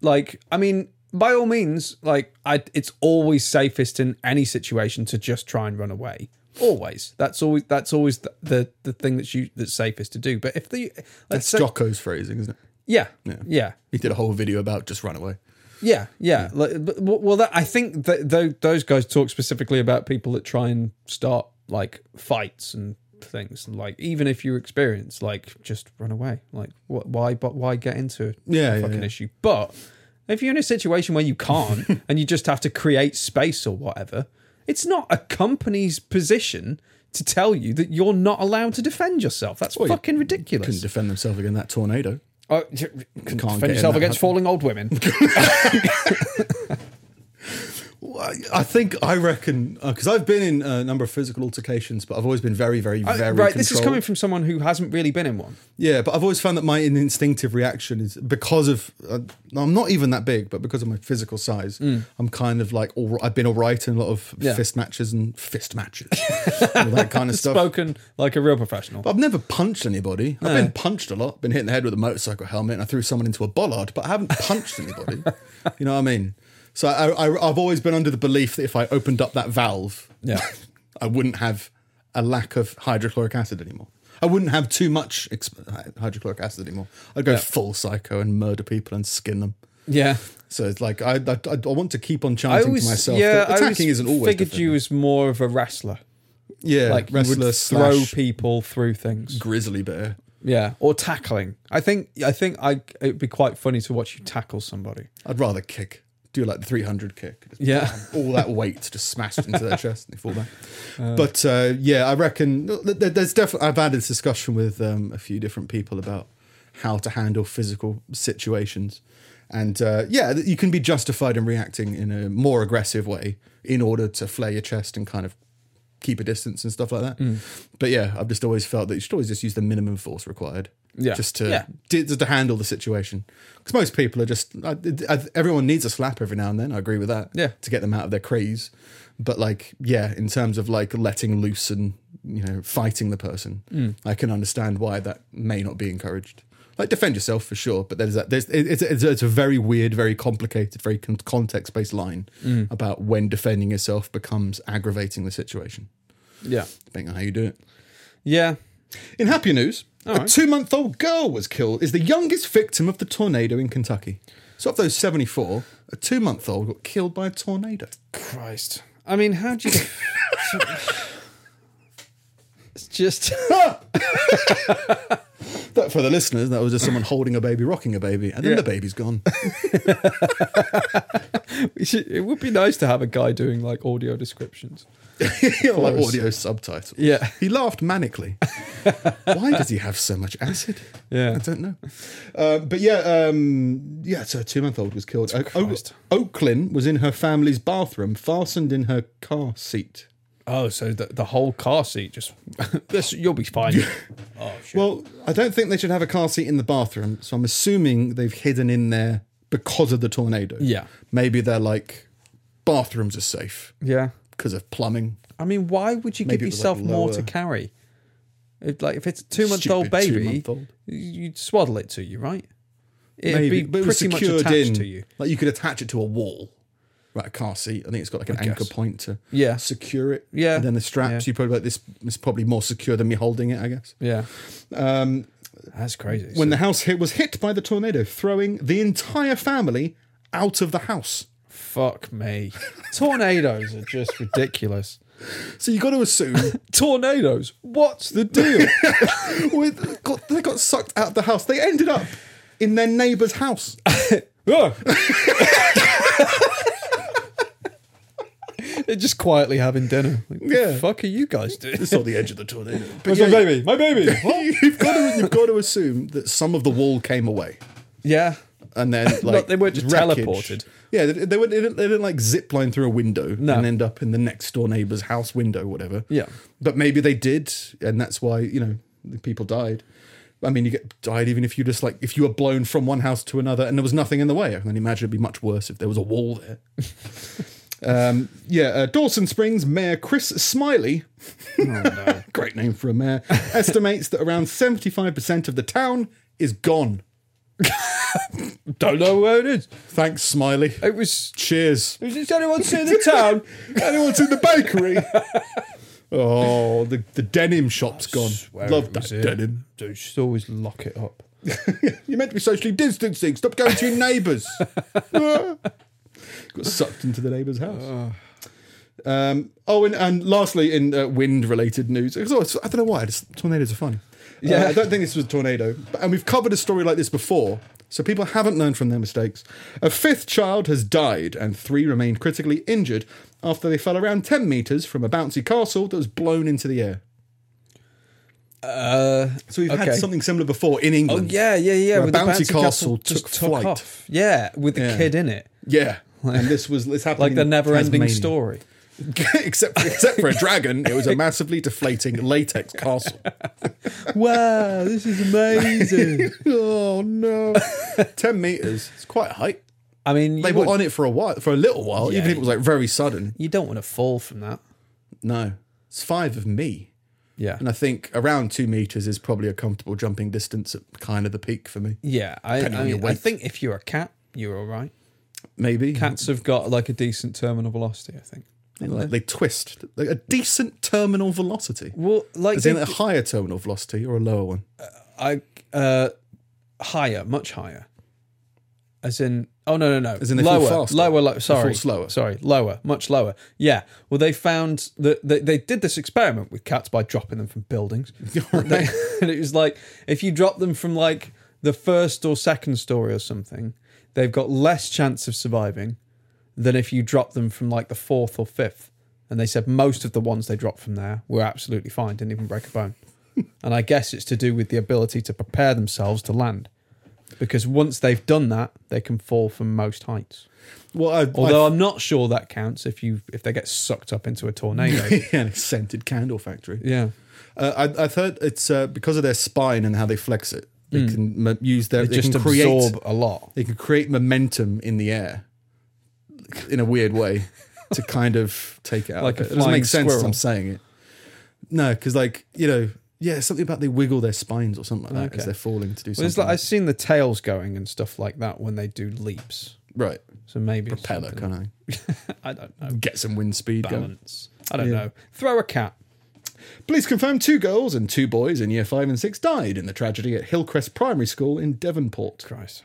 A: like I mean, by all means, like I, it's always safest in any situation to just try and run away. Always. That's always that's always the the, the thing that's you that's safest to do. But if the let's
B: That's
A: say,
B: Jocko's phrasing, isn't it?
A: yeah, yeah,
B: He did a whole video about just run away.
A: Yeah, yeah. Like, but, well, well, that I think that tho- those guys talk specifically about people that try and start like fights and things. Like, even if you're experienced, like just run away. Like, what? Why? But why get into a
B: Yeah, yeah,
A: fucking
B: yeah.
A: issue? But if you're in a situation where you can't and you just have to create space or whatever, it's not a company's position to tell you that you're not allowed to defend yourself. That's
B: you
A: fucking ridiculous.
B: Couldn't defend themselves against that tornado.
A: Oh, you can
B: get in
A: defend yourself
B: that
A: against
B: habit.
A: falling old women.
B: Well, I- I think I reckon because I've been in a number of physical altercations, but I've always been very, very, very.
A: Uh, right, this is
B: controlled.
A: coming from someone who hasn't really been in one.
B: Yeah, but I've always found that my instinctive reaction is because of uh, I'm not even that big, but because of my physical size, I'm kind of like all, I've been all right in a lot of
A: Yeah.
B: fist matches and fist matches, all that kind of stuff.
A: spoken like a real professional.
B: I've never punched anybody. I've been punched a lot. Been hit in the head with a motorcycle helmet, and I threw someone into a bollard, but I haven't punched anybody. you know what I mean? So I, I, I've always been under the belief that if I opened up that valve,
A: Yeah.
B: I wouldn't have a lack of hydrochloric acid anymore. I wouldn't have too much exp- hy- hydrochloric acid anymore. I'd go full psycho and murder people and skin them.
A: yeah,
B: So it's like I, I, I want to keep on
A: I
B: chanting
A: always
B: to myself.
A: yeah
B: that attacking
A: I always
B: isn't always
A: figured
B: defending.
A: you as more of a wrestler,
B: yeah
A: like
B: wrestler
A: you would throw
B: slash
A: people through things.
B: grizzly bear.
A: Yeah, or tackling. I think I think I it'd be quite funny to watch you tackle somebody. Um,
B: I'd rather kick. Do like the 300 kick. Just
A: Yeah.
B: bam, all that weight just smashed into their chest and they fall back. but uh, yeah, I reckon th- th- there's definitely, I've had this discussion with um, a few different people about how to handle physical situations. And uh, yeah, that you can be justified in reacting in a more aggressive way in order to flare your chest and kind of keep a distance and stuff like that.
A: Mm.
B: But yeah, I've just always felt that you should always just use the minimum force required.
A: Yeah.
B: Just to
A: Yeah.
B: di- just to handle the situation. Because most people are just I, I, everyone needs a slap every now and then. I agree with that.
A: Yeah.
B: to get them out of their craze. But like, yeah, in terms of like letting loose and you know fighting the person, I can understand why that may not be encouraged. Like defend yourself for sure, but there's that. There's it- it's it's, it's a very weird, very complicated, very con- context based line about when defending yourself becomes aggravating the situation.
A: Yeah,
B: Depending on how you do it.
A: yeah.
B: In happier news, a
A: right.
B: two-month-old girl was killed. Is the youngest victim of the tornado in Kentucky. So of those seventy-four, a two-month-old got killed by a tornado.
A: Christ. I mean, how do you? it's just.
B: That for the listeners, that was just someone holding a baby, rocking a baby, and then
A: Yeah.
B: the baby's gone.
A: We should- It would be nice to have a guy doing like audio descriptions.
B: like
A: course.
B: audio subtitles.
A: Yeah.
B: He laughed manically. Why does he have so much acid?
A: Yeah.
B: I don't know. Uh, but yeah, um, yeah. So a two-month-old was killed. O- O-
A: Christ.
B: Oaklyn was in her family's bathroom, fastened in her car seat.
A: Oh, so the, the whole car seat just this you'll be fine. oh shit.
B: Well, I don't think they should have a car seat in the bathroom, so I'm assuming they've hidden in there because of the tornado.
A: Yeah.
B: Maybe they're like, bathrooms are safe
A: yeah.
B: because of plumbing.
A: I mean, why would you
B: Maybe it
A: give
B: was,
A: yourself
B: like,
A: more to
B: lower-
A: carry? If, like if it's a two month old
B: Stupid
A: baby,
B: two-month-old.
A: you'd swaddle it to you, right? It'd
B: Maybe,
A: be
B: but it was
A: pretty much
B: secured
A: attached
B: in,
A: to you.
B: Like you could attach it to a wall, right? A car seat. I think it's got like an anchor
A: guess.
B: point to
A: Yeah.
B: secure it.
A: Yeah.
B: And then the straps.
A: Yeah.
B: You probably like this is probably more secure than me holding it. I guess.
A: Yeah,
B: Um,
A: that's crazy.
B: when the house hit was hit by the tornado, throwing the entire family out of the house.
A: Fuck me. Tornadoes are just ridiculous.
B: So you got to assume
A: Tornadoes. What's the deal?
B: with got, they got sucked out of the house. They ended up in their neighbour's house.
A: Oh. They're just quietly having dinner. Like, yeah.
B: Yeah.
A: The fuck are you guys doing?
B: It's not the edge of the tornado.
A: Where's
B: But yeah,
A: my baby? My baby.
B: You've got to you've got to assume that some of the wall came away.
A: yeah.
B: and then like
A: they weren't just
B: wreckage.
A: teleported.
B: Yeah, they, they, were, they, didn't, they didn't like zip line through a window
A: No.
B: and end up in the next door neighbor's house window, whatever.
A: Yeah.
B: but maybe they did, and that's why you know the people died. I mean, you get died even if you just like if you were blown from one house to another and there was nothing in the way. I can imagine it'd be much worse if there was a wall there. um, yeah, uh, Dawson Springs Mayor Chris Smiley Great name for a mayor. Estimates that around 75% of the town is gone.
A: Don't know where it is.
B: Thanks, Smiley.
A: It was.
B: Cheers.
A: Does anyone see the town?
B: Anyone's in the bakery? oh, the, the denim shop's gone.
A: swear
B: Love
A: it
B: that
A: was it.
B: denim.
A: Dude, you should always lock it up.
B: You're meant to be socially distancing. Stop going to your neighbours. Got sucked into the neighbour's house. Um, oh, and, and lastly, in uh, wind-related news, 'cause I was- I don't know why I just, tornadoes are funny. Yeah,
A: Yeah.
B: I don't think this was a tornado, but, and we've covered a story like this before, so people haven't learned from their mistakes. A fifth child has died, and three remained critically injured after they fell around ten meters from a bouncy castle that was blown into the air.
A: Uh,
B: So we've
A: Okay.
B: had something similar before in England.
A: yeah, yeah, yeah.
B: Where
A: with the
B: Bouncy
A: bouncy castle,
B: Castle
A: just
B: took flight.
A: off. Yeah, with the
B: Yeah.
A: kid in it,
B: Yeah, and this was this happened
A: like the
B: in
A: never-ending
B: Tasmania.
A: story.
B: except for, except for a dragon, it was a massively deflating latex castle.
A: wow, this is amazing.
B: oh no! Ten meters. It's quite a height.
A: I mean,
B: They
A: you,
B: were
A: would,
B: on it for a while, for a little while, even if it was like very sudden.
A: you don't want to fall from that.
B: No, it's five of me,
A: Yeah,
B: and I think around two meters is probably a comfortable jumping distance at kind of the peak for me.
A: yeah. I, I,
B: on your
A: mean, I
B: weight.
A: think if you're a cat, you're all right.
B: Maybe
A: Cats have got like a decent terminal velocity. I think.
B: Like, they twist like a decent terminal velocity.
A: Well, like
B: Is it
A: they-
B: a higher terminal velocity or a lower one?
A: I uh higher, much higher. As in, oh no, no, no. As
B: in they fall
A: lower,
B: faster.
A: lower, low, sorry,
B: slower.
A: sorry, lower, much lower. Yeah. Well, they found that they, they did this experiment with cats by dropping them from buildings, They- and it was like if you drop them from like the first or second story or something, they've got less chance of surviving than if you drop them from like the fourth or fifth. And they said most of the ones they dropped from there were absolutely fine, didn't even break a bone. and I guess it's to do with the ability to prepare themselves to land. Because once they've done that, they can fall from most heights.
B: Well, I,
A: Although I'm not sure that counts if you if they get sucked up into a tornado.
B: I, an scented candle factory.
A: yeah.
B: Uh, I, I've heard it's uh, because of their spine and how they flex it. They can m- use their. They,
A: Hmm. Just
B: can
A: absorb
B: create.
A: a lot.
B: They can create momentum in the air, in a weird way, to kind of take it out.
A: Like a
B: it doesn't
A: flying
B: make sense as
A: squirrel.
B: I'm saying it. No, because like you know, yeah, something about they wiggle their spines or something like that as
A: Okay.
B: they're falling to do
A: Well, it's
B: something.
A: like I've seen the tails going and stuff like that when they do leaps.
B: right,
A: So maybe it's
B: Pella,
A: something-
B: can I
A: I don't know.
B: get some wind speed going?
A: Balance. I don't know. Throw a cat.
B: Police confirmed two girls and two boys in year five and six died in the tragedy at Hillcrest Primary School in Devonport.
A: Christ.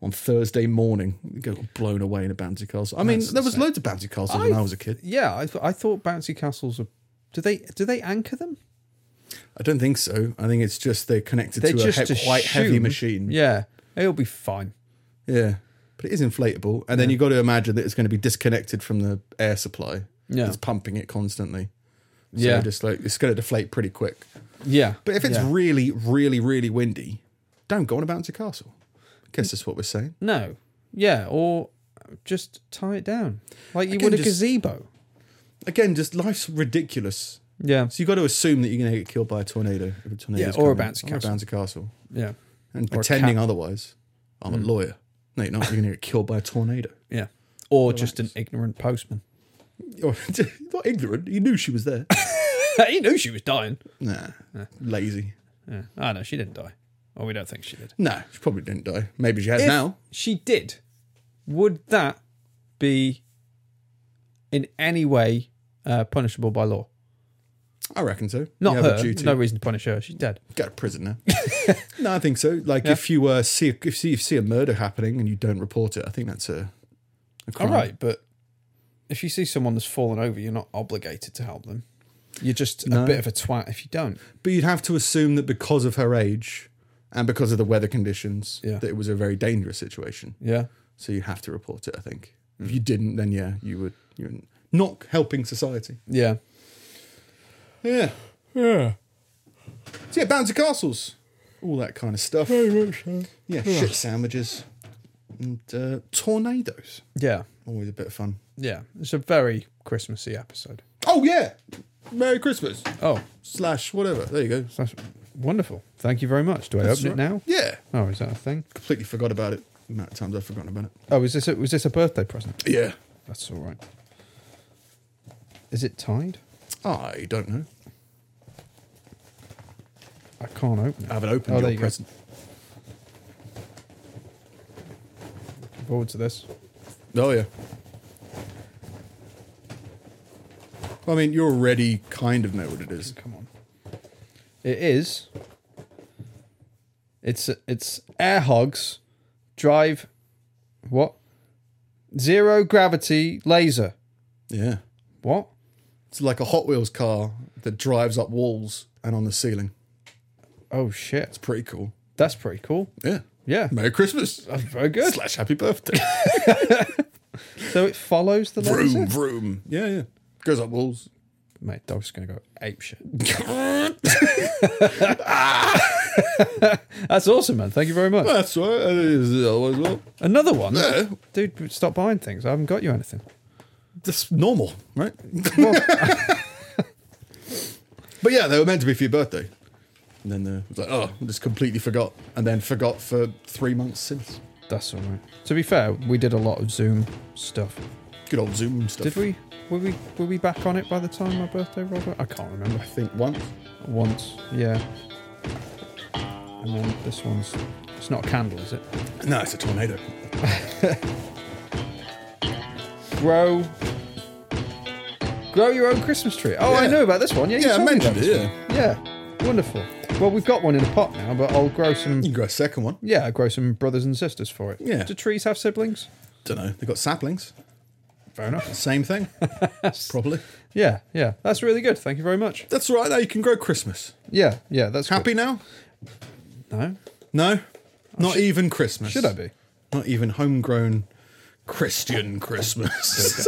B: on Thursday morning. Got blown away in a bouncy castle. I mean, there was loads of bouncy castles when I was a kid.
A: Yeah, I, th- I thought bouncy castles are. Do they do they anchor them?
B: I don't think so. I think it's just they're connected
A: They
B: to a
A: just
B: he- quite heavy
A: assume-
B: machine.
A: Yeah, it'll be fine.
B: Yeah. But it is inflatable. And then you've got to imagine that it's going to be disconnected from the air supply.
A: Yeah.
B: It's pumping it constantly. So
A: Yeah.
B: just like it's going to deflate pretty quick.
A: Yeah,
B: But if it's
A: yeah.
B: really, really, really windy, don't go on a bouncy castle. I guess that's what we're saying.
A: no, yeah, or just tie it down like you
B: Again,
A: would a
B: just-
A: gazebo.
B: Again, just life's ridiculous.
A: Yeah,
B: So you've got to assume that you're going to get killed by a tornado if a tornado
A: Yeah, or a bouncy
B: or
A: castle.
B: a bouncy castle,
A: yeah,
B: and
A: Or a
B: pretending otherwise. I'm a lawyer. No, you're not. You're going to get killed by a tornado.
A: yeah, or just an ignorant postman.
B: You're not ignorant. You knew she was there.
A: he knew she was dying.
B: nah, lazy.
A: Yeah. I know she didn't die. Well, we don't think she did.
B: No, she probably didn't die. Maybe she has
A: If
B: now.
A: she did, would that be in any way uh, punishable by law?
B: I reckon so.
A: Not
B: you have
A: her.
B: A duty.
A: No reason to punish her. She's dead.
B: Go to prison now. no, I think so. Like if you uh, see if you see, if you see a murder happening and you don't report it, I think that's a, a
A: All
B: crime.
A: right, but if you see someone that's fallen over, you're not obligated to help them. You're just a bit of a twat if you don't.
B: But you'd have to assume that because of her age and because of the weather conditions,
A: Yeah.
B: that it was a very dangerous situation.
A: Yeah.
B: So you have to report it. I think if you didn't, then yeah, you would you're not helping society.
A: Yeah.
B: Yeah, yeah. So yeah, bouncy castles, all that kind of stuff. Yeah, shit sandwiches and uh, tornadoes.
A: Yeah.
B: Always a bit of fun.
A: Yeah. It's a very Christmassy episode.
B: Oh yeah, Merry Christmas
A: Oh,
B: slash whatever. There you go.
A: that's wonderful. Thank you very much. Do I open it now?
B: Yeah,
A: Oh, is that a thing?
B: completely forgot about it. The amount of times I've forgotten about it.
A: Oh, is this a, was this a birthday present?
B: Yeah,
A: That's all right. Is it tied?
B: I don't know.
A: I can't open it.
B: I haven't opened
A: Oh, there
B: your
A: you go.
B: present.
A: Looking forward to this.
B: Oh yeah. I mean, you already kind of know what it is.
A: Come on. It is. It's it's air hogs, drive, what? Zero gravity laser.
B: Yeah.
A: What?
B: It's like a Hot Wheels car that drives up walls and on the ceiling.
A: Oh shit!
B: It's pretty cool.
A: That's pretty cool.
B: Yeah.
A: Yeah,
B: Merry Christmas.
A: that's very good.
B: Slash happy birthday.
A: So it follows the laser.
B: vroom, vroom. Yeah, yeah. Goes up walls.
A: Mate, dog's gonna go ape shit. That's awesome, man. Thank you very much.
B: That's right. It is the other one as well.
A: Another one,
B: Yeah.
A: dude. Stop buying things. I haven't got you anything.
B: That's normal, right?
A: Well,
B: But yeah, they were meant to be for your birthday. And then uh, it was like, oh, I just completely forgot. And then forgot for three months since.
A: That's all right. To be fair, we did a lot of Zoom stuff.
B: Good old Zoom stuff.
A: Did we? Were we? Were we back on it by the time my birthday rolled? around? I can't remember.
B: I think once.
A: Once, yeah. And then this one's. It's not a candle, is it?
B: No, it's a tornado.
A: Grow. Grow your own Christmas tree. Oh, I
B: Yeah.
A: know about this one. Yeah, you
B: Yeah, I
A: told me
B: mentioned
A: about
B: it.
A: this
B: Yeah.
A: one. Yeah, wonderful. Well, we've got one in a pot now, but I'll grow some.
B: You can grow a second one.
A: Yeah, I'll grow some brothers and sisters for it.
B: Yeah.
A: Do trees have siblings?
B: Don't know. They've got saplings.
A: Fair enough.
B: Same thing. Probably.
A: Yeah, yeah. That's really good. Thank you very much.
B: That's all right. Now you can grow Christmas.
A: Yeah, yeah. That's
B: Happy now?
A: Good. No,
B: No. Not even Christmas.
A: should I be?
B: Not even homegrown Christian Christmas.